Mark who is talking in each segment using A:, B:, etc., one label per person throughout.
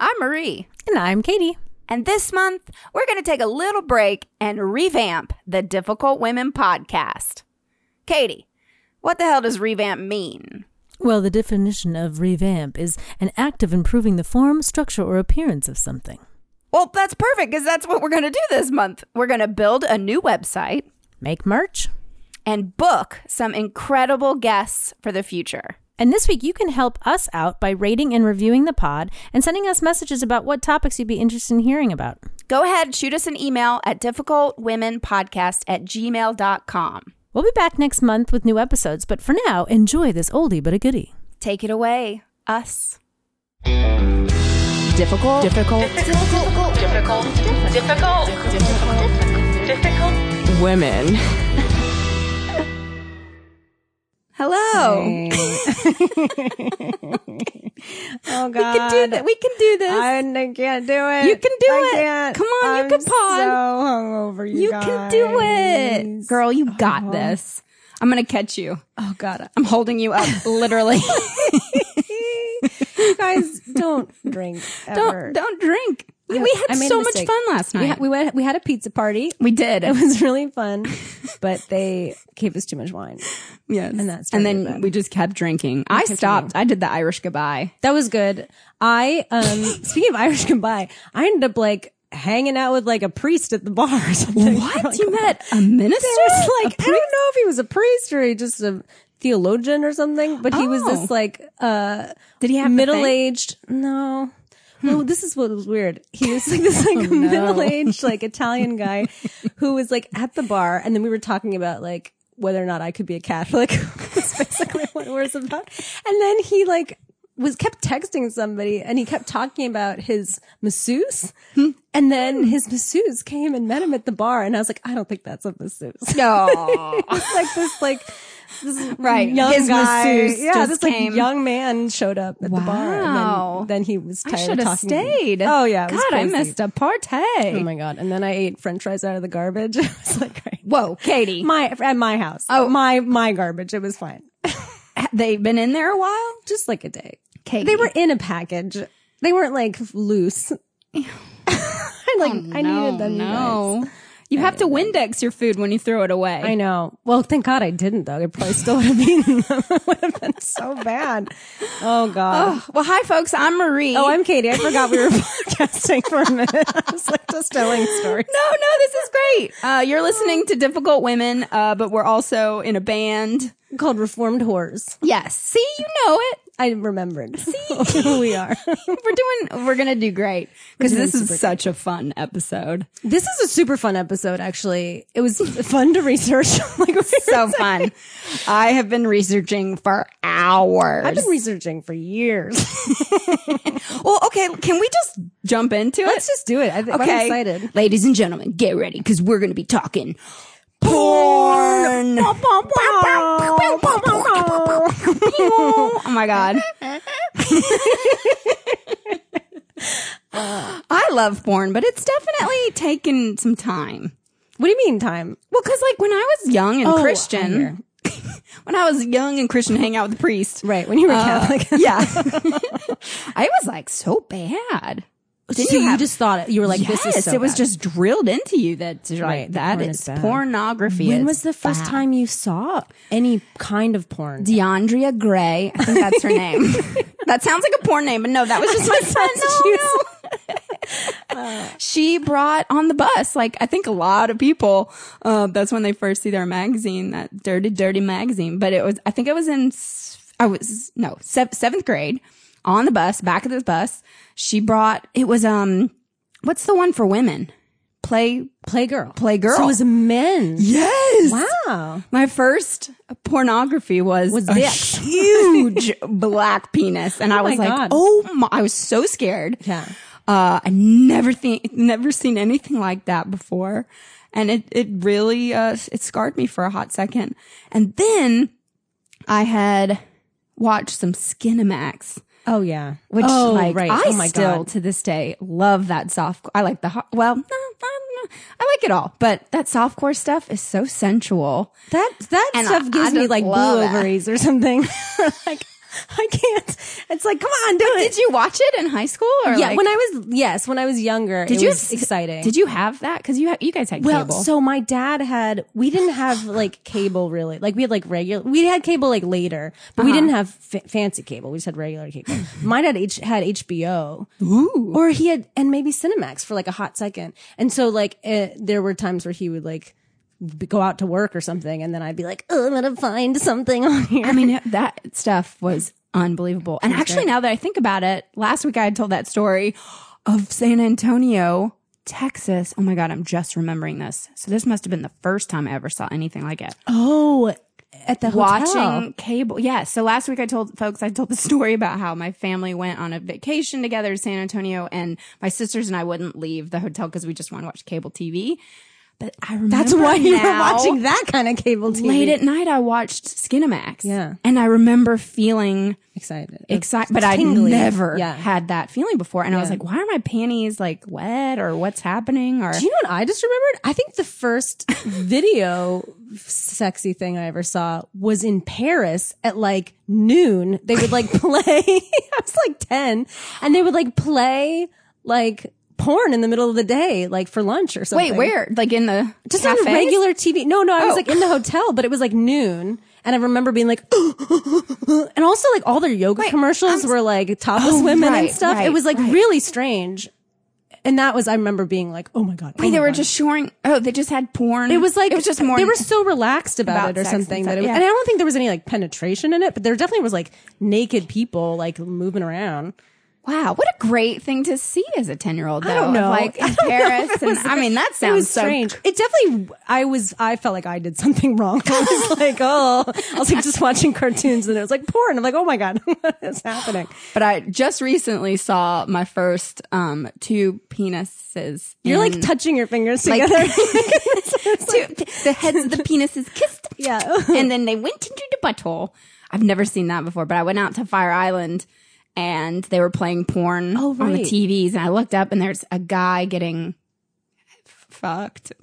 A: I'm Marie.
B: And I'm Katie.
A: And this month, we're going to take a little break and revamp the Difficult Women podcast. Katie, what the hell does revamp mean?
B: Well, the definition of revamp is an act of improving the form, structure, or appearance of something.
A: Well, that's perfect because that's what we're going to do this month. We're going to build a new website
B: Make merch.
A: and book some incredible guests for the future.
B: And this week, you can help us out by rating and reviewing the pod and sending us messages about what topics you'd be interested in hearing about.
A: Go ahead, shoot us an email at difficultwomenpodcast at gmail.com.
B: We'll be back next month with new episodes, but for now, enjoy this oldie but a goodie.
A: Take it away, us.
C: Difficult. Difficult.
D: difficult, difficult, difficult, difficult, difficult.
C: Women.
A: Hello.
E: Oh God!
A: We can do that. We can do this.
E: I n- can't do it.
A: You can do
E: I
A: it.
E: Can't.
A: Come on, you
E: I'm
A: can pod.
E: So hungover, you,
A: you
E: guys.
A: can do it. Girl, you got this. I'm going to catch you.
E: Oh God,
A: I'm holding you up, literally.
E: you guys don't drink. Ever.
A: don't don't drink. we had
E: I made a
A: so much
E: mistake.
A: fun last
E: We,
A: night.
E: ha- we went. We had a pizza party.
A: we did.
E: It was really fun, but they gave us too much wine.
A: yes. And,
E: that's
A: then
E: really bad.
A: we just kept drinking. I stopped. I did the Irish goodbye.
E: That was good. I um speaking of Irish goodbye, I ended up like hanging out with like a priest at the bar. Or something.
A: What?
E: Like,
A: you met a minister?
E: There's like
A: A
E: I don't know if he was a priest or he just a theologian or something, but he was
A: Oh.
E: this like uh
A: Did he have the
E: middle
A: thing?
E: aged no.
A: Hmm.
E: No, this is what was weird. He was like this like
A: Oh,
E: middle aged like Italian guy who was like at the bar and then we were talking about like whether or not I could be a Catholic was basically what it was about. And then he like was kept texting somebody and he kept talking about his masseuse.
A: Hmm.
E: And then his masseuse came and met him at the bar and I was like, I don't think that's a masseuse.
A: No.
E: It's like this like this
A: Right.
E: young
A: His
E: guy.
A: masseuse
E: yeah,
A: just
E: this like
A: came.
E: young man showed up at the bar.
A: Wow.
E: And then, then he was
A: I
E: tired
A: should
E: of
A: have
E: talking. to me.
A: stayed.
E: Oh yeah, it
A: God,
E: was
A: I
E: crazy.
A: missed a party.
E: Oh my god! And then I ate French fries out of the garbage. I was like, right.
A: Whoa, Katie.
E: my at my house.
A: Oh.
E: my my garbage. It was fine.
A: They've been in there a while.
E: Just like a day.
A: Katie.
E: They were in a package. They weren't like loose. I like. I needed them. you guys.
A: No. You have to Windex your food when you throw it away.
E: I know. Well, thank God I didn't though. I probably still would have eaten them. it would have been so bad. Oh God.
A: Well, hi, folks. I'm Marie.
E: Oh, I'm Katie. I forgot we were podcasting for a minute. I was like just telling stories.
A: No, no, this is great. Uh, you're listening to Difficult Women, uh, but we're also in a band.
E: Called Reformed Whores.
A: Yes. See, you know it.
E: I remembered who we are.
A: We're doing, we're going to do great because this
E: doing
A: is such a fun episode.
E: This is a super fun episode, actually. It was fun to research. like, we were
A: So Oh, fun. I have been researching for hours.
E: I've been researching for years.
A: well, okay. Can we just jump into it?
E: Let's just do it. I think
A: Okay.
E: I'm excited.
A: Ladies and gentlemen, get ready because we're going to be talking porn. oh my God. I love porn, but it's definitely taken some time.
E: What do you mean time?
A: Well, because like when I was young and
E: Oh, I
A: Christian, when I was young and Christian, hang out with the priest.
E: Right. When you were Catholic.
A: Yeah. I was like so bad. Didn't
E: so you,
A: have-
E: just thought it. You were like,
A: yes,
E: this is so
A: it was
E: bad.
A: just drilled into you that like
E: Right,
A: that
E: that porn
A: is
E: is bad.
A: pornography.
E: When
A: It's
E: was the first
A: bad.
E: time you saw any kind of porn?
A: DeAndrea Gray? I think that's her name. that sounds like a porn name, but no, that was just my friend. No, Uh. no. she brought on the bus. Like I think a lot of people. Uh, that's when they first see their magazine, that dirty, dirty magazine. But it was. I think I was in. s- I was no sev- seventh grade on the bus. Back of the bus, she brought. It was um. What's the one for women? Play
E: Playgirl.
A: Playgirl.
E: So it was men.
A: Yes.
E: Wow.
A: My first pornography was,
E: Was
A: a
E: this.
A: huge black penis, and I was
E: my
A: like,
E: God.
A: "Oh my!" I was so scared.
E: Yeah.
A: uh, I never think, never seen anything like that before, and it it really uh, it scarred me for a hot second. And then I had watched some Skinamax,
E: Oh yeah.
A: which
E: oh,
A: like
E: right.
A: I
E: oh my
A: still
E: god.
A: to this day love that soft. I like the hard, well, no, I don't know. I like it all, but that softcore stuff is so sensual.
E: That that
A: And I-
E: stuff
A: I
E: gives me
A: just
E: like blue
A: love it.
E: ovaries or something. like I can't. It's like, come on, do it.
A: Did you watch it in high school or
E: yeah,
A: like,
E: when I was yes, when I was younger,
A: did
E: it
A: you
E: was
A: have-
E: exciting.
A: Did you have that? Because you ha- you guys had
E: Well,
A: cable.
E: so my dad had we didn't have like cable really. Like we had like regular we had cable like later, but
A: Uh-huh.
E: we didn't have fa- fancy cable. We just had regular cable. Mine had H- had HBO. Ooh. Or he had and maybe Cinemax for like a hot second. And so like eh, there were times where he would like b- go out to work or something and then I'd be like, "Oh, I'm going to find something on here."
A: I mean, that stuff was unbelievable. And actually, now that I think about it, last week I had told that story of San Antonio, Texas. Oh my God, I'm just remembering this. So this must have been the first time I ever saw anything like it.
E: oh, at the
A: Watching
E: hotel.
A: cable. Yeah. So last week I told folks, I told the story about how my family went on a vacation together to San Antonio and my sisters and I wouldn't leave the hotel because we just want to watch cable TV. But I remember
E: That's why you were
A: now-
E: watching that kind of cable TV.
A: Late at night, I watched Skinamax.
E: Yeah.
A: And I remember feeling
E: excited.
A: excited, but I
E: Tingly.
A: never
E: Yeah.
A: had that feeling before. And I was like, why are my panties like wet or what's happening? Or
E: Do you know what I just remembered? I think the first video sexy thing I ever saw was in Paris at like noon. They would like play, I was like 10, and they would like play like porn in the middle of the day, like for lunch or something.
A: wait, where? Like in the
E: Just
A: cafes?
E: on regular TV. No, no, I was
A: Oh.
E: like in the hotel, but it was like noon. And I remember being like, and also like all their yoga commercials were like topless
A: Oh,
E: women
A: right,
E: and stuff.
A: right,
E: it was like
A: right.
E: really strange. And that was, I remember being like, oh my God. oh
A: Wait, they
E: my
A: were
E: God.
A: just shoring. Oh, they just had porn.
E: It was like
A: it was just more.
E: They were so relaxed about,
A: about
E: it or
A: sex and
E: something
A: stuff,
E: that it was,
A: yeah.
E: and I don't think there was any like penetration in it, but there definitely was like naked people like moving around.
A: wow, what a great thing to see as a ten-year-old. Though,
E: don't know.
A: like in Paris, and I mean that
E: it
A: sounds
E: was
A: so
E: strange. Um, It definitely. I was. I felt like I did something wrong. I was like, oh, I was like just watching cartoons, and it was like porn. I'm like, oh my god, what is happening?
A: But I just recently saw my first um two penises.
E: You're
A: in-
E: like touching your fingers together.
A: two, the heads of the penises kissed.
E: yeah.
A: and then they went into the butthole. I've never seen that before, but I went out to Fire Island and they were playing porn
E: Oh,
A: on the
E: right.
A: TVs. And I looked up and there's a guy getting f- fucked.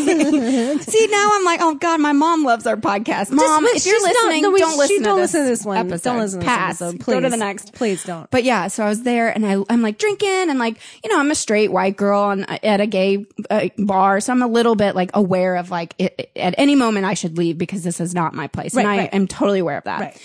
A: See, now I'm like, oh God, my mom loves our podcast. Mom,
E: Just-
A: if you're
E: she's not-
A: listening,
E: no,
A: don't,
E: we- she-
A: listen,
E: don't
A: to this
E: listen to this one.
A: Episode.
E: Don't listen to this
A: Pass.
E: episode.
A: Go to the
E: Please.
A: next.
E: Please don't.
A: But yeah, so I was there and I, I'm like drinking and like, you know, I'm a straight white girl and at a gay uh, bar. So I'm a little bit like aware of like it, it- at any moment I should leave because this is not my place. and
E: Right,
A: I
E: right.
A: am totally aware of that.
E: Right.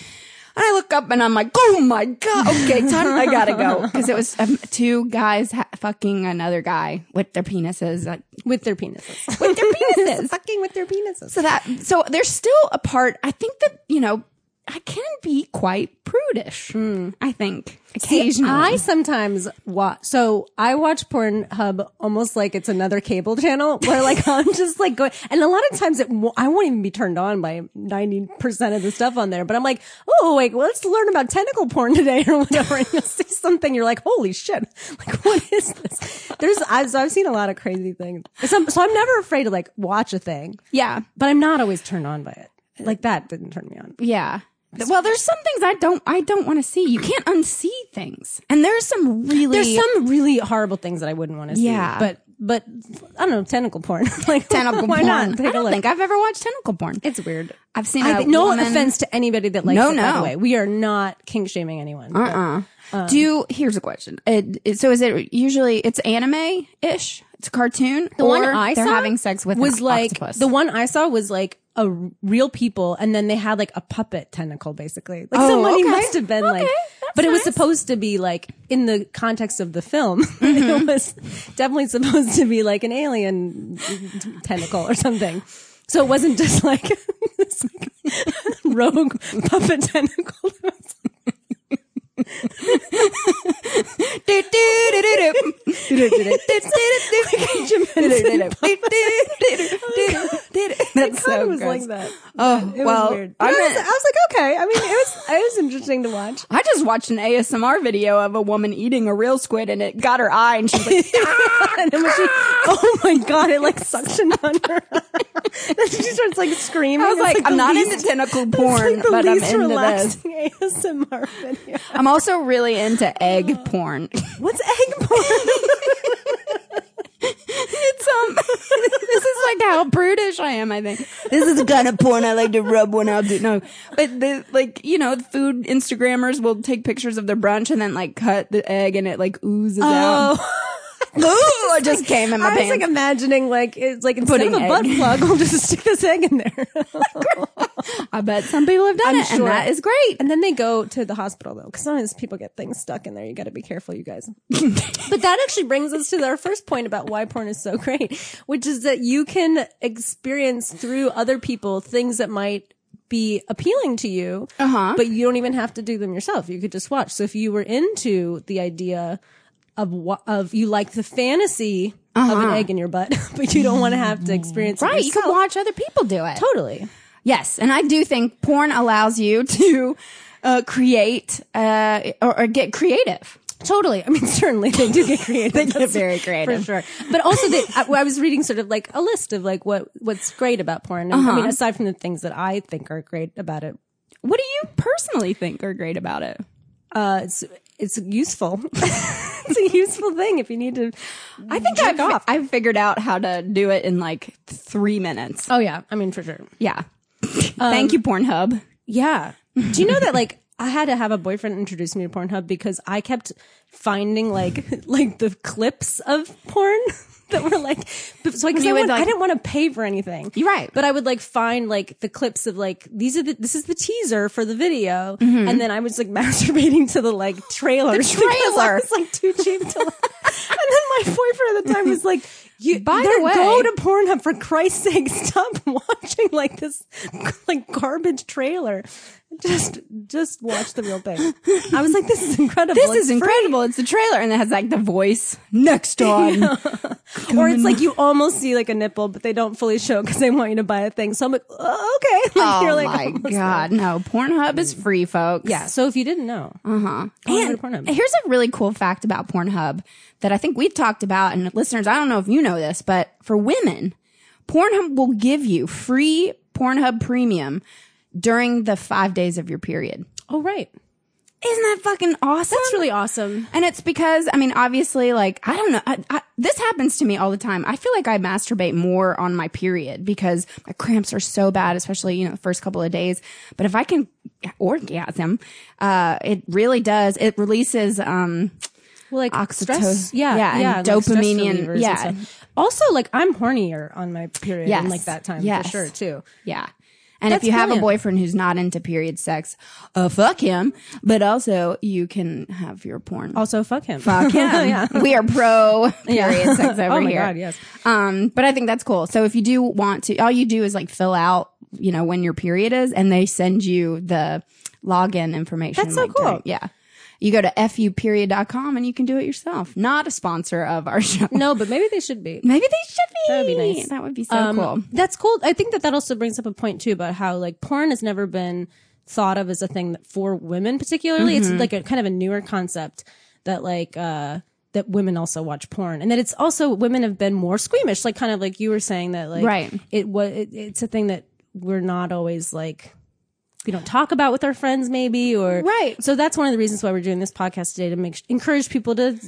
A: And I look up and I'm like, oh my God. Okay, time. I gotta go. Cause it was um, two guys ha- fucking another guy with their penises, Uh, like
E: with their penises.
A: with their penises.
E: Fucking with their penises.
A: So that so there's still a part I think that, you know, I can be quite prudish. I think occasionally.
E: Hmm. I sometimes watch. So I watch Pornhub almost like it's another cable channel where like I'm just like going, and a lot of times it wo- I won't even be turned on by ninety percent of the stuff on there. But I'm like, oh wait, well, let's learn about tentacle porn today or whatever. And you'll see something, you're like, holy shit, like what is this? There's I've, so I've seen a lot of crazy things. So, so I'm never afraid to like watch a thing,
A: yeah.
E: but I'm not always turned on by it. Like that didn't turn me on.
A: Yeah. Well, there's some things I don't I don't want to see. You can't unsee things. And there's some really
E: There's some really horrible things that I wouldn't want to see.
A: Yeah.
E: But but I don't know, tentacle porn. like
A: tentacle
E: why
A: porn.
E: not? Take
A: I
E: a
A: don't
E: look.
A: think I've ever watched tentacle porn.
E: it's weird.
A: I've seen
E: I
A: a
E: think- no
A: woman-
E: offense to anybody that likes
A: No,
E: it, by
A: no. Uh-uh.
E: the way. We are not kink shaming anyone. but- um,
A: Do you, here's a question. It, it- so is it usually it's anime ish? It's a cartoon.
E: the one
A: or
E: I
A: they're
E: saw
A: having sex with
E: was
A: an
E: like
A: octopus?
E: the one I saw was like a r- real people, and then they had like a puppet tentacle, basically. Like
A: Oh,
E: somebody
A: okay.
E: must have been like,
A: Okay,
E: but it was
A: nice.
E: supposed to be like in the context of the film.
A: Mm-hmm.
E: it was definitely supposed to be like an alien tentacle or something. So it wasn't just like, this, like, rogue puppet tentacle.
A: Do, do, do, do, do. That's
E: Kind
A: so
E: of was
A: gross.
E: like that.
A: Oh
E: It
A: well,
E: was weird.
A: I
E: But I, was,
A: meant-
E: I was like, okay. I mean, it was it was interesting to watch.
A: I just watched an ASMR video of a woman eating a real squid and it got her eye and she's like,
E: and then when she, oh my god, it like suctioned on her. then she starts like screaming.
A: I was
E: It's,
A: like, I'm
E: the
A: not
E: least-
A: into tentacle
E: it's,
A: porn,
E: like the
A: but I'm
E: least
A: into this.
E: relaxing ASMR video.
A: I'm also really into egg porn.
E: What's egg porn?
A: it's um, this is like how brutish I am. I think this is the kind of porn I like to rub one out. To. No, but the like you know, food Instagrammers will take pictures of their brunch and then like cut the egg and it like oozes out. Ooh, it just came in my
E: Oh. I was
A: pants.
E: like imagining like it's like instead
A: Putting
E: of a butt
A: egg.
E: plug, we'll just stick this egg in there.
A: I bet some people have done
E: I'm
A: it,
E: sure.
A: and that is great.
E: and then they go to the hospital though, because sometimes people get things stuck in there. You got to be careful, you guys. but that actually brings us to our first point about why porn is so great, which is that you can experience through other people things that might be appealing to you,
A: Uh-huh.
E: but you don't even have to do them yourself. You could just watch. So if you were into the idea of wha- of you like the fantasy of an egg in your butt, but you don't want to have to experience it
A: Uh-huh. Right, you
E: yourself,
A: can watch other people do it.
E: Totally.
A: Yes, and I do think porn allows you to uh, create uh, or, or get creative.
E: Totally. I mean, certainly they do get creative. they
A: get very creative.
E: for sure. But also, they, I, I was reading sort of like a list of like what what's great about porn. And, I mean, aside from the things that I think are great about it,
A: What do you personally think are great about it?
E: uh, it's it's useful. it's a useful thing if you need to.
A: I think
E: jerk
A: I've,
E: off.
A: I've figured out how to do it in like three minutes.
E: oh yeah, I mean for sure.
A: Yeah.
E: Um,
A: Thank you, Pornhub.
E: Yeah. Do you know that like I had to have a boyfriend introduce me to Pornhub because I kept finding like like the clips of porn that were like so like, 'cause
A: You
E: I,
A: would,
E: want, I
A: like-
E: didn't want to pay for anything.
A: You're right.
E: But I would like find like the clips of like these are the this is the teaser for the video
A: Mm-hmm.
E: and then I was like masturbating to the like trailer. The
A: trailer.
E: It's like too cheap to And then my boyfriend at the time was like you
A: By the
E: there-
A: way-
E: go to Pornhub for Christ's sake. Stop watching like this, like garbage trailer. Just, just watch the real thing. I was like, this is incredible.
A: This
E: It's
A: is incredible. It's the trailer and it has like the voice next on.
E: free. Or it's like you almost see like a nipple, but they don't fully show because they want you to buy a thing. So I'm like, oh, okay. Like,
A: Oh
E: you're like,
A: my
E: almost
A: God. No, Pornhub is free, folks.
E: there. Yeah. So if you didn't know,
A: Uh-huh. And
E: Pornhub.
A: here's a really cool fact about Pornhub that I think we've talked about. And listeners, I don't know if you know this, but for women, Pornhub will give you free Pornhub premium during the five days of your period.
E: oh right,
A: Isn't that fucking awesome?
E: that's really awesome.
A: And it's because, I mean, obviously, like, I don't know. I, I, this happens to me all the time. I feel like I masturbate more on my period because my cramps are so bad, especially, you know, the first couple of days. But if I can orgasm, uh, it really does. It releases, um,
E: Well, like
A: Oxyto-
E: stress, yeah,
A: yeah, and
E: like stress
A: dopamine and-
E: relievers and
A: yeah.
E: stuff. Also, like I'm hornier on my period
A: Yes.
E: and like that time
A: Yes.
E: for sure too.
A: yeah. And
E: That's
A: if you have
E: brilliant.
A: a boyfriend who's not into period sex, uh, fuck him. But also, you can have your porn.
E: Also, fuck him.
A: Fuck him. We are pro period sex over
E: Oh my
A: here.
E: God, yes.
A: Um, but I think that's cool. So if you do want to, all you do is like fill out, you know, when your period is, and they send you the login information.
E: That's so
A: like, during-
E: cool.
A: yeah. You go to fuperiod.com and you can do it yourself. Not a sponsor of our show.
E: No, but maybe they should be.
A: Maybe they should be.
E: That would be nice.
A: That would be so
E: Um,
A: cool.
E: That's cool. I think that that also brings up a point too about how like porn has never been thought of as a thing that for women particularly. It's like a kind of a newer concept that like uh that women also watch porn and that it's also women have been more squeamish like kind of like you were saying that like
A: Right.
E: it was it, it's a thing that we're not always like we don't talk about with our friends maybe or
A: Right.
E: so that's one of the reasons why we're doing this podcast today to make encourage people to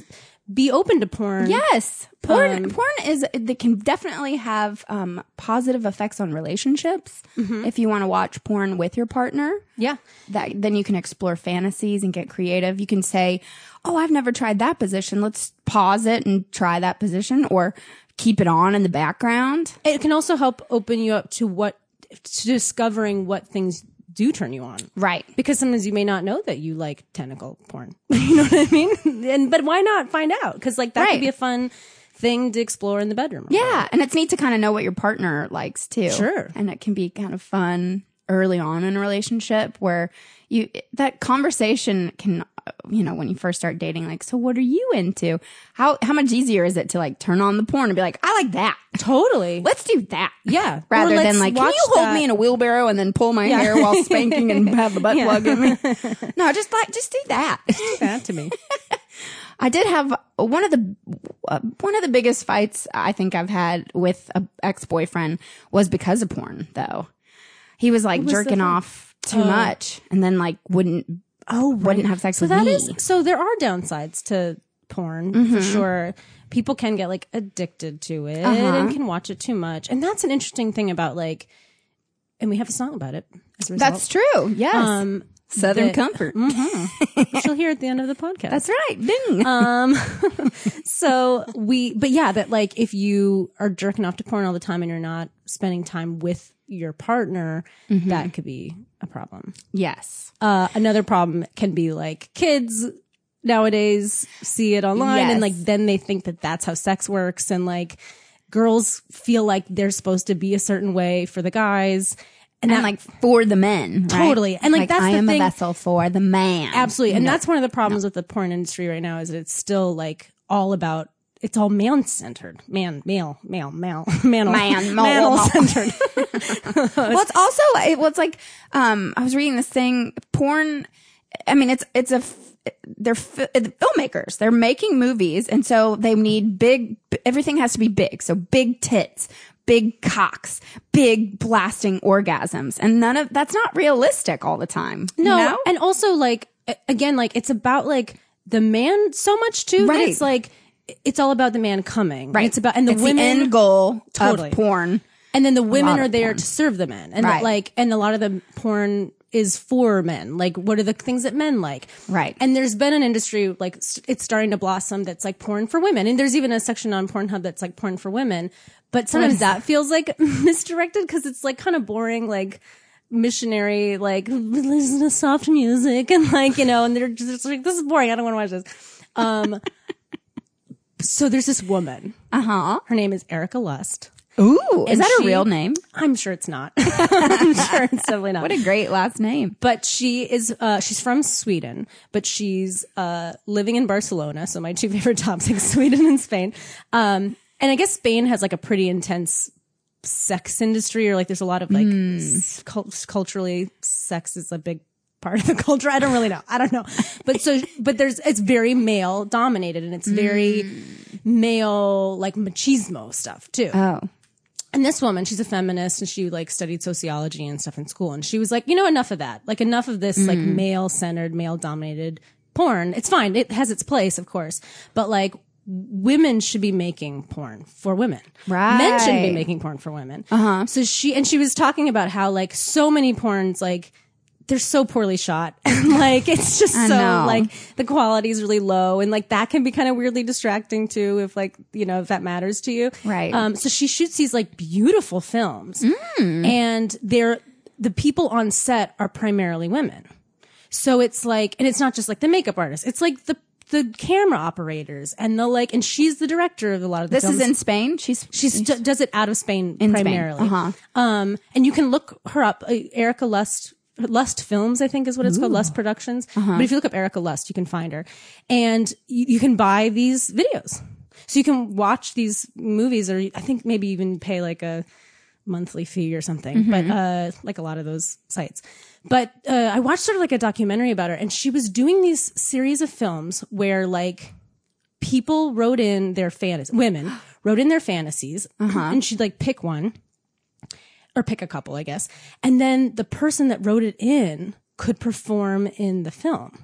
E: be open to porn
A: Yes. Porn
E: um,
A: porn is that can definitely have um, positive effects on relationships.
E: Mm-hmm.
A: If you want to watch porn with your partner,
E: yeah
A: that then you can explore fantasies and get creative. You can say, "Oh, I've never tried that position. Let's pause it and try that position or keep it on in the background."
E: it can also help open you up to what to discovering what things do turn you on
A: Right.
E: because sometimes you may not know that you like tentacle porn you know what i mean and but why not find out because like that
A: Right.
E: could be a fun thing to explore in the bedroom
A: Yeah, and it's neat to kind of know what your partner likes too.
E: Sure.
A: And it can be kind of fun early on in a relationship where you that conversation can uh, you know when you first start dating like so what are you into? How how much easier is it to like turn on the porn and be like I like that.
E: totally
A: Let's do that.
E: Yeah.
A: Rather
E: Or let's
A: than like, can you
E: watch
A: hold
E: that-
A: me in a wheelbarrow and then pull my hair while spanking and have a butt plug in me? No, just like, just do that.
E: that to me
A: I did have one of the uh, one of the biggest fights I think I've had with a ex boyfriend was because of porn. Though he was like jerking off too much, and then like wouldn't oh wouldn't have sex
E: so
A: with
E: that
A: me.
E: is so there are downsides to porn for
A: Mm-hmm.
E: sure. People can get like addicted to it
A: Uh-huh.
E: and can watch it too much. And that's an interesting thing about like, and we have a song about it as a result.
A: That's true. Yes.
E: um,
A: Southern
E: the- Mm-hmm.
A: comfort.
E: which you'll hear at the end of the podcast.
A: That's right. Ding.
E: Um, so we, but yeah, that like if you are jerking off to porn all the time and you're not spending time with your partner, that could be a problem.
A: yes.
E: Uh, another problem can be like kids nowadays see it online
A: Yes.
E: and like then they think that that's how sex works and like girls feel like they're supposed to be a certain way for the guys. And,
A: And
E: that-
A: like for the men. right?
E: Totally. And, like, that's
A: I
E: the
A: am
E: thing-
A: a vessel for the man.
E: Absolutely. And that's one of the problems with the porn industry right now is that it's still like all about it's all man centered. Man, male, male, male, man,
A: Man, male,
E: male
A: male.
E: centered.
A: Well, it's also it, well, it's like um, I was reading this thing. Porn. I mean, it's it's a f- they're fi- the filmmakers. They're making movies, and so they need big. Everything has to be big. So big tits, big cocks, big blasting orgasms, and none of that's not realistic all the time. you
E: No,
A: know?
E: and also like a- again, like it's about like the man so much too. That
A: Right.
E: it's like it's all about the man coming.
A: Right.
E: It's about and the
A: It's
E: women
A: end goal
E: Totally.
A: of porn.
E: and then the women
A: lot
E: are
A: of
E: there
A: porn.
E: to serve the men and
A: Right.
E: like and a lot of the porn is for men like what are the things that men like
A: Right.
E: and there's been an industry like s- it's starting to blossom that's like porn for women and there's even a section on pornhub that's like porn for women but sometimes that feels like misdirected because it's like kind of boring like missionary like listen to soft music and like you know and they're just like this is boring i don't want to watch this um so there's this woman
A: Uh huh.
E: her name is erica lust
A: Ooh, is
E: And
A: that
E: she-
A: a real name?
E: I'm sure it's not. I'm sure it's definitely not.
A: What a great last name.
E: but she is uh, she's from Sweden, but she's uh, living in Barcelona. So my two favorite topics: Sweden and Spain. Um, and I guess Spain has like a pretty intense sex industry, or like there's a lot of like s- cul- culturally sex is a big part of the culture. I don't really know. I don't know. But so, but there's it's very male dominated, and it's very male like machismo stuff too.
A: Oh,
E: And this woman, she's a feminist and she like studied sociology and stuff in school. And she was like, you know, enough of that. Like enough of this like
A: Mm-hmm.
E: male centered, male dominated porn. It's fine. It has its place, of course. But like women should be making porn for women. Men shouldn't be
A: Right.
E: making porn for women. Uh-huh. So she, and she was talking about how like so many porns, like, they're so poorly shot. And like, it's just so
A: know.
E: like the quality is really low. And like, that can be kind of weirdly distracting too, if like, you know, if that matters to you.
A: Right.
E: Um, so she shoots these like beautiful films,
A: Mm.
E: and they're the people on set are primarily women. So it's like, and it's not just like the makeup artist; it's like the the camera operators and the like. And she's the director of a lot of the
A: this
E: films.
A: is in Spain. She's
E: She st- does it out of Spain
A: In Spain,
E: primarily.
A: uh-huh.
E: Um, and you can look her up, uh, Erica Lust. Lust Films, I think, is what it's called. Lust Productions.
A: Uh-huh.
E: But if you look up Erica Lust, you can find her, and you, you can buy these videos. So you can watch these movies, or I think maybe even pay like a monthly fee or something,
A: Mm-hmm.
E: but uh, like a lot of those sites. But uh, I watched sort of like a documentary about her, and she was doing these series of films where like people wrote in their fantasies, women wrote in their fantasies,
A: Uh-huh.
E: and she'd like pick one or pick a couple, I guess. And then the person that wrote it in could perform in the film.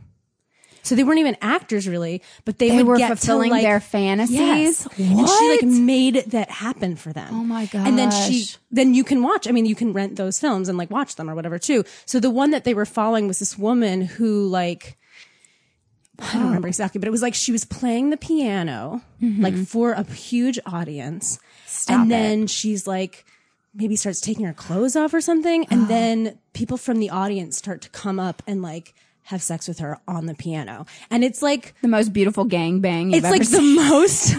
E: So they weren't even actors really, but they,
A: they
E: would
A: were
E: get to,
A: fulfilling
E: like-
A: their fantasies.
E: Yes. And she like made that happen for them. Oh
A: my
E: And then she
A: gosh.
E: then you can watch. I mean, you can rent those films and like watch them or whatever too. So the one that they were following was this woman who like I don't remember exactly, but it was like she was playing the piano like for a huge audience. and then she's like maybe starts taking her clothes off or something and then people from the audience start to come up and like have sex with her on the piano. And it's like
A: the most beautiful gangbang you've
E: it's
A: ever
E: like
A: seen.
E: the most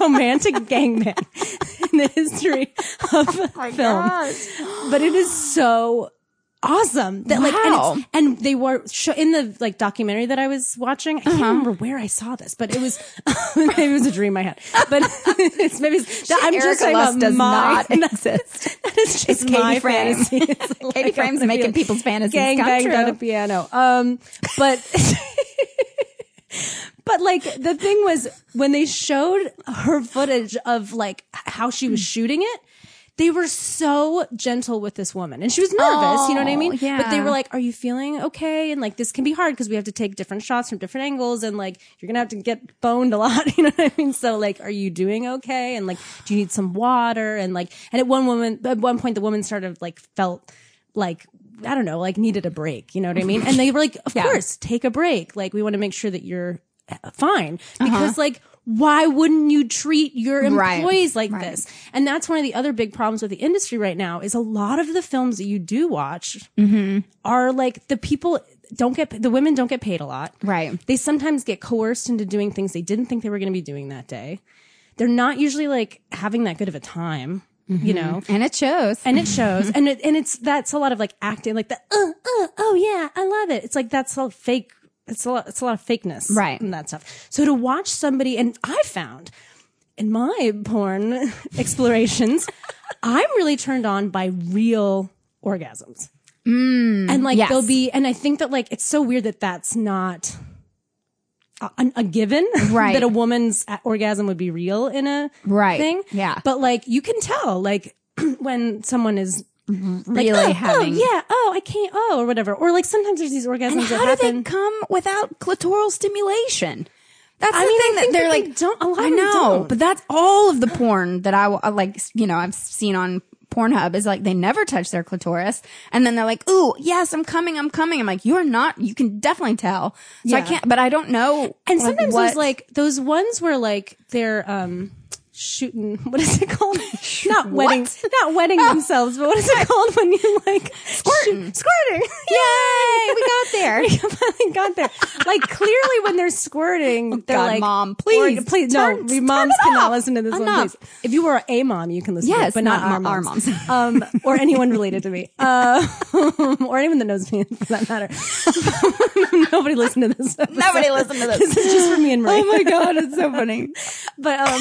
E: romantic gangbang in the history of
A: Oh
E: film. But it is so awesome that like and,
A: Wow.
E: it's- and they were sho- in the like documentary that I was watching. I can't
A: Uh-huh.
E: remember where I saw this, but it was maybe it was a dream I had. But it's maybe it's, I'm just
A: Erica
E: talking
A: Lust
E: about
A: does
E: my,
A: not exist.
E: That is just
A: It's Katie
E: my
A: Frame.
E: fantasy. It's
A: Katie
E: I'm
A: Frame's
E: gonna be
A: making
E: a
A: people's fantasies
E: gang
A: come
E: banged
A: true.
E: on a piano. Um, but but like the thing was when they showed her footage of like h- how she was shooting it, They were so gentle with this woman, and she was nervous. you know what I mean?
A: Oh, yeah.
E: But they were like, "Are you feeling okay?" And like, this can be hard because we have to take different shots from different angles, and like, you're gonna have to get boned a lot. You know what I mean? So like, are you doing okay? And like, do you need some water? And like, and at one woman, at one point, the woman sort of like felt like I don't know, like needed a break. You know what I mean? And they were like, of course, take a break. Like we want to make sure that you're uh, fine because like why wouldn't you treat your
A: Uh-huh. Right.
E: employees like this? And that's one of the other big problems with the industry right now is a lot of the films that you do watch are like the people don't get the women don't get paid a lot.
A: Right.
E: They sometimes get coerced into doing things they didn't think they were going to be doing that day. They're not usually like having that good of a time, you know
A: And it shows.
E: and it shows and it, and it's that's a lot of like acting like the uh, uh, oh yeah i love it it's like that's all fake it's a lot it's a lot of fakeness
A: Right.
E: and that stuff so to watch somebody and i found in my porn explorations i'm really turned on by real orgasms and like
A: Mm, yes.
E: they'll be and i think that like it's so weird that that's not a, an- a given
A: Right.
E: that a woman's a- orgasm would be real in a
A: Right.
E: thing
A: Yeah.
E: but like you can tell like when someone is like,
A: really
E: oh,
A: having.
E: oh yeah oh i can't oh or whatever or like sometimes there's these orgasms
A: And
E: that
A: how do
E: happen
A: they come without clitoral stimulation? That's
E: I
A: the
E: mean, I
A: thing that
E: think that
A: they're
E: they
A: like.
E: don't- a lot
A: I
E: of them
A: know,
E: don't.
A: but that's all of the porn that I w- I like. You know, I've seen on Pornhub is like they never touch their clitoris, and then they're like, "Ooh, yes, I'm coming, I'm coming." I'm like, "You are not. You can definitely tell." So I
E: Yeah.
A: can't, but I don't know.
E: and
A: like,
E: sometimes
A: what-
E: there's like those ones where like they're um shooting what is it called not wedding not wedding themselves but what is it called when you like squirting squirting yay we got there we finally got there like clearly when they're squirting they're
A: Oh, God,
E: like
A: Mom, please,
E: org- please no
A: turn-
E: we
A: turn
E: moms
A: it
E: cannot
A: off.
E: listen to this one
A: Enough.
E: please if you were a mom you can listen to
A: Yes,
E: it but not,
A: not
E: our,
A: our- our
E: moms,
A: moms.
E: um or anyone related to me uh, or anyone that knows me for that matter nobody listened to this
A: nobody listen to this.
E: this is just for me and Marie.
A: oh my god, it's so funny.
E: But um,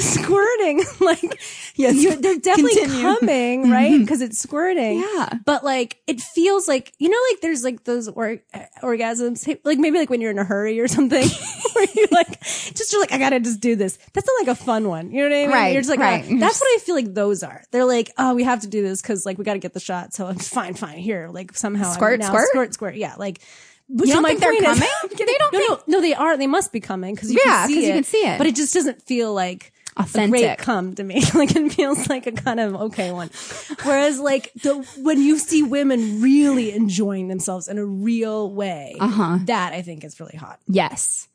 E: squirting, like, yes, they're definitely
A: continue. Mm-hmm.
E: coming, right? Because it's squirting.
A: Yeah.
E: But like, it feels like you know, like there's like those or- uh, orgasms, hey, like maybe like when you're in a hurry or something, where you like just you're like, I gotta just do this. That's not like a fun one. You know what I mean?
A: Right,
E: You're just like,
A: right.
E: "Ah."
A: You're
E: that's what I feel like those are. They're like, oh, we have to do this because like we got to get the shot. So I'm fine, fine. Here, like somehow I'm
A: Squirt,
E: now-
A: squirt?
E: squirt, squirt. Yeah, like. But
A: You
E: to
A: don't
E: my
A: think they're
E: point is-
A: coming?
E: I'm kidding.
A: They don't
E: no,
A: think-
E: no, no, they are. They must be coming because you
A: Yeah,
E: can see
A: 'cause
E: it.
A: you can see it.
E: But it just doesn't feel like
A: Authentic.
E: A great cum to me. like it feels like a kind of okay one. Whereas like the when you see women really enjoying themselves in a real way, uh-huh. that I think is really hot.
A: Yes.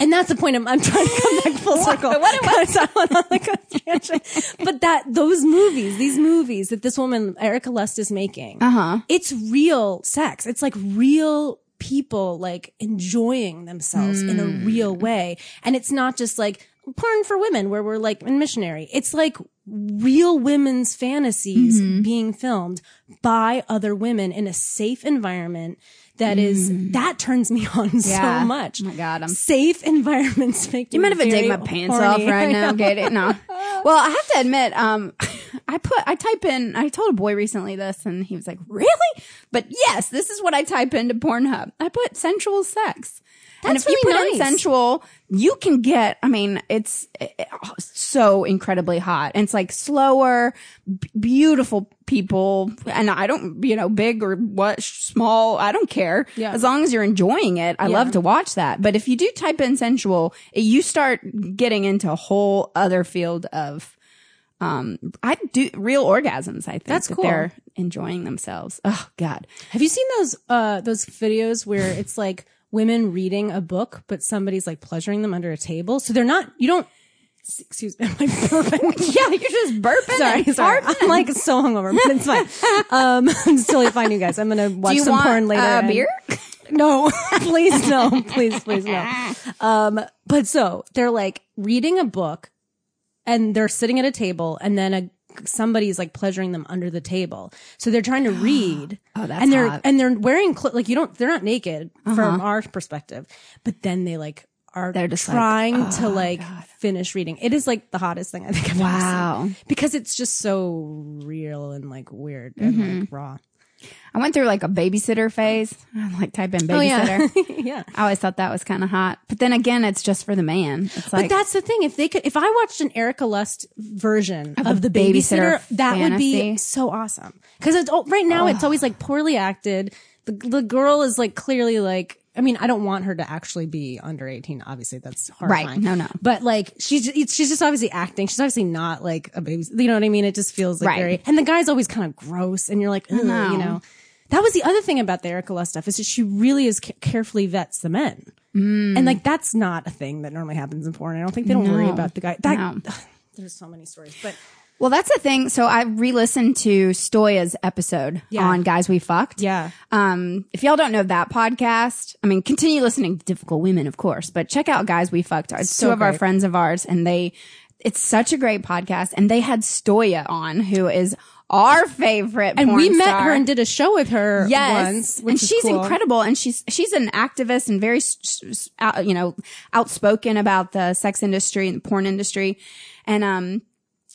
E: And that's the point I'm, I'm trying to come back full circle. Guys, I went on like a tangent. But that those movies, these movies that this woman Erica Lust is making, uh-huh. it's real sex. It's like real people like enjoying themselves in a real way, and it's not just like porn for women where we're like in missionary. It's like real women's fantasies
A: Mm-hmm.
E: being filmed by other women in a safe environment. That is that turns me on
A: Mm. Yeah.
E: so much.
A: Oh my God, I'm
E: safe environments make
A: You
E: me
A: might have to take
E: very
A: my pants
E: horny.
A: off right
E: I
A: now.
E: know.
A: Get it? No. Well, I have to admit, um, I put, I type in, I told a boy recently this and he was like, really? But yes, this is what I type into Pornhub. I put sensual sex. and if
E: That's
A: you put
E: really
A: in
E: nice.
A: sensual, you can get, I mean, it's eh, eh, oh, so incredibly hot. And it's like slower, b- beautiful people. And I don't, you know, big or what, sh- small, I don't care.
E: Yeah.
A: As long as you're enjoying it, I love to watch that. But if you do type in sensual, it- you start getting into a whole other field of, um, I do real orgasms. I think
E: That's
A: that
E: cool.
A: They're enjoying themselves. Oh God.
E: Have you seen those uh those videos where it's like women reading a book, but somebody's like pleasuring them under a table? So they're not. You don't. Excuse me. Am I burping?
A: Yeah, you're just burping.
E: Sorry, sorry. I'm like so hungover, but it's fine. Um, it's totally fine, you guys. I'm gonna watch
A: Do you
E: some
A: want
E: porn later.
A: uh,
E: and-
A: beer?
E: No, please no, please, please no. Um, but so they're like reading a book and they're sitting at a table and then a somebody's like pleasuring them under the table. So they're trying to read.
A: Oh, that's
E: and they're
A: hot. Uh-huh.
E: and they're wearing cl- like you don't they're not naked from our perspective. But then they like are
A: They're just like, "Oh,
E: trying to like finish reading. It is like the hottest thing I
A: Mm-hmm.
E: think I've ever seen. Because it's just so real and like weird and like raw.
A: I went through like a babysitter phase. I like type in babysitter.
E: Oh, yeah.
A: I always thought that was kind of hot. But then again, it's just for the man. It's like
E: but that's the thing. If they could, if I watched an Erica Lust version of,
A: a
E: the babysitter,
A: babysitter
E: that would be
A: fantasy.
E: so awesome. Because it's oh, right now it's always like poorly acted. The the girl is like clearly like. I mean, I don't want her to actually be under eighteen. Obviously, that's horrifying.
A: No, no.
E: But like, she's it's, she's just obviously acting. She's obviously not like a baby. You know what I mean? It just feels like
A: Right.
E: very. And the guy's always kind of gross, and you're like, Ugh,
A: know.
E: you know. That was the other thing about the Erica Lust stuff is that she really is ca- carefully vets the men.
A: Hmm.
E: And like that's not a thing that normally happens in porn. I don't think they don't worry about the guy. That
A: No.
E: there's so many stories, but
A: Well, that's the thing. So I re-listened to Stoya's episode
E: Yeah.
A: on guys we fucked.
E: Yeah.
A: Um, if y'all don't know that podcast, I mean, continue listening to Difficult Women, of course, but check out guys we fucked. It's two of our
E: great.
A: friends of ours, and they, it's such a great podcast. And they had Stoya on, who is our favorite,
E: and we
A: porn
E: met
A: star.
E: her and did a show with her
A: Yes,
E: once, which
A: and
E: is
A: she's
E: cool.
A: incredible, and she's she's an activist and very, s- s- out, you know, outspoken about the sex industry and the porn industry, and um,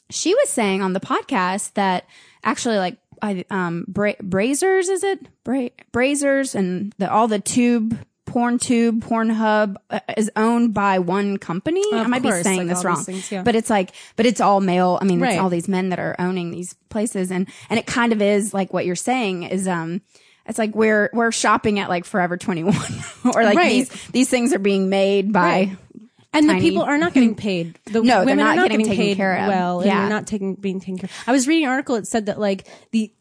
A: she was saying on the podcast that actually, like, I um, bra- Brazers is it bra- Brazers and the, all the tube. PornTube, Pornhub uh, is owned by one company. I might
E: course,
A: be saying
E: like all
A: this
E: these
A: wrong,
E: things, yeah.
A: but it's like, but it's all male. I mean,
E: Right.
A: it's all these men that are owning these places, and and it kind of is like what you're saying is um, it's like we're we're shopping at like Forever 21, or like
E: Right.
A: these these things are being made by
E: Right. and the
A: tiny. Hmm.
E: people are not getting paid. The
A: No, they're
E: women are
A: not
E: not
A: getting
E: getting
A: taken
E: paid
A: care of.
E: well, and
A: Yeah.
E: they're not taking being taken care. of. I was reading an article. It said that like the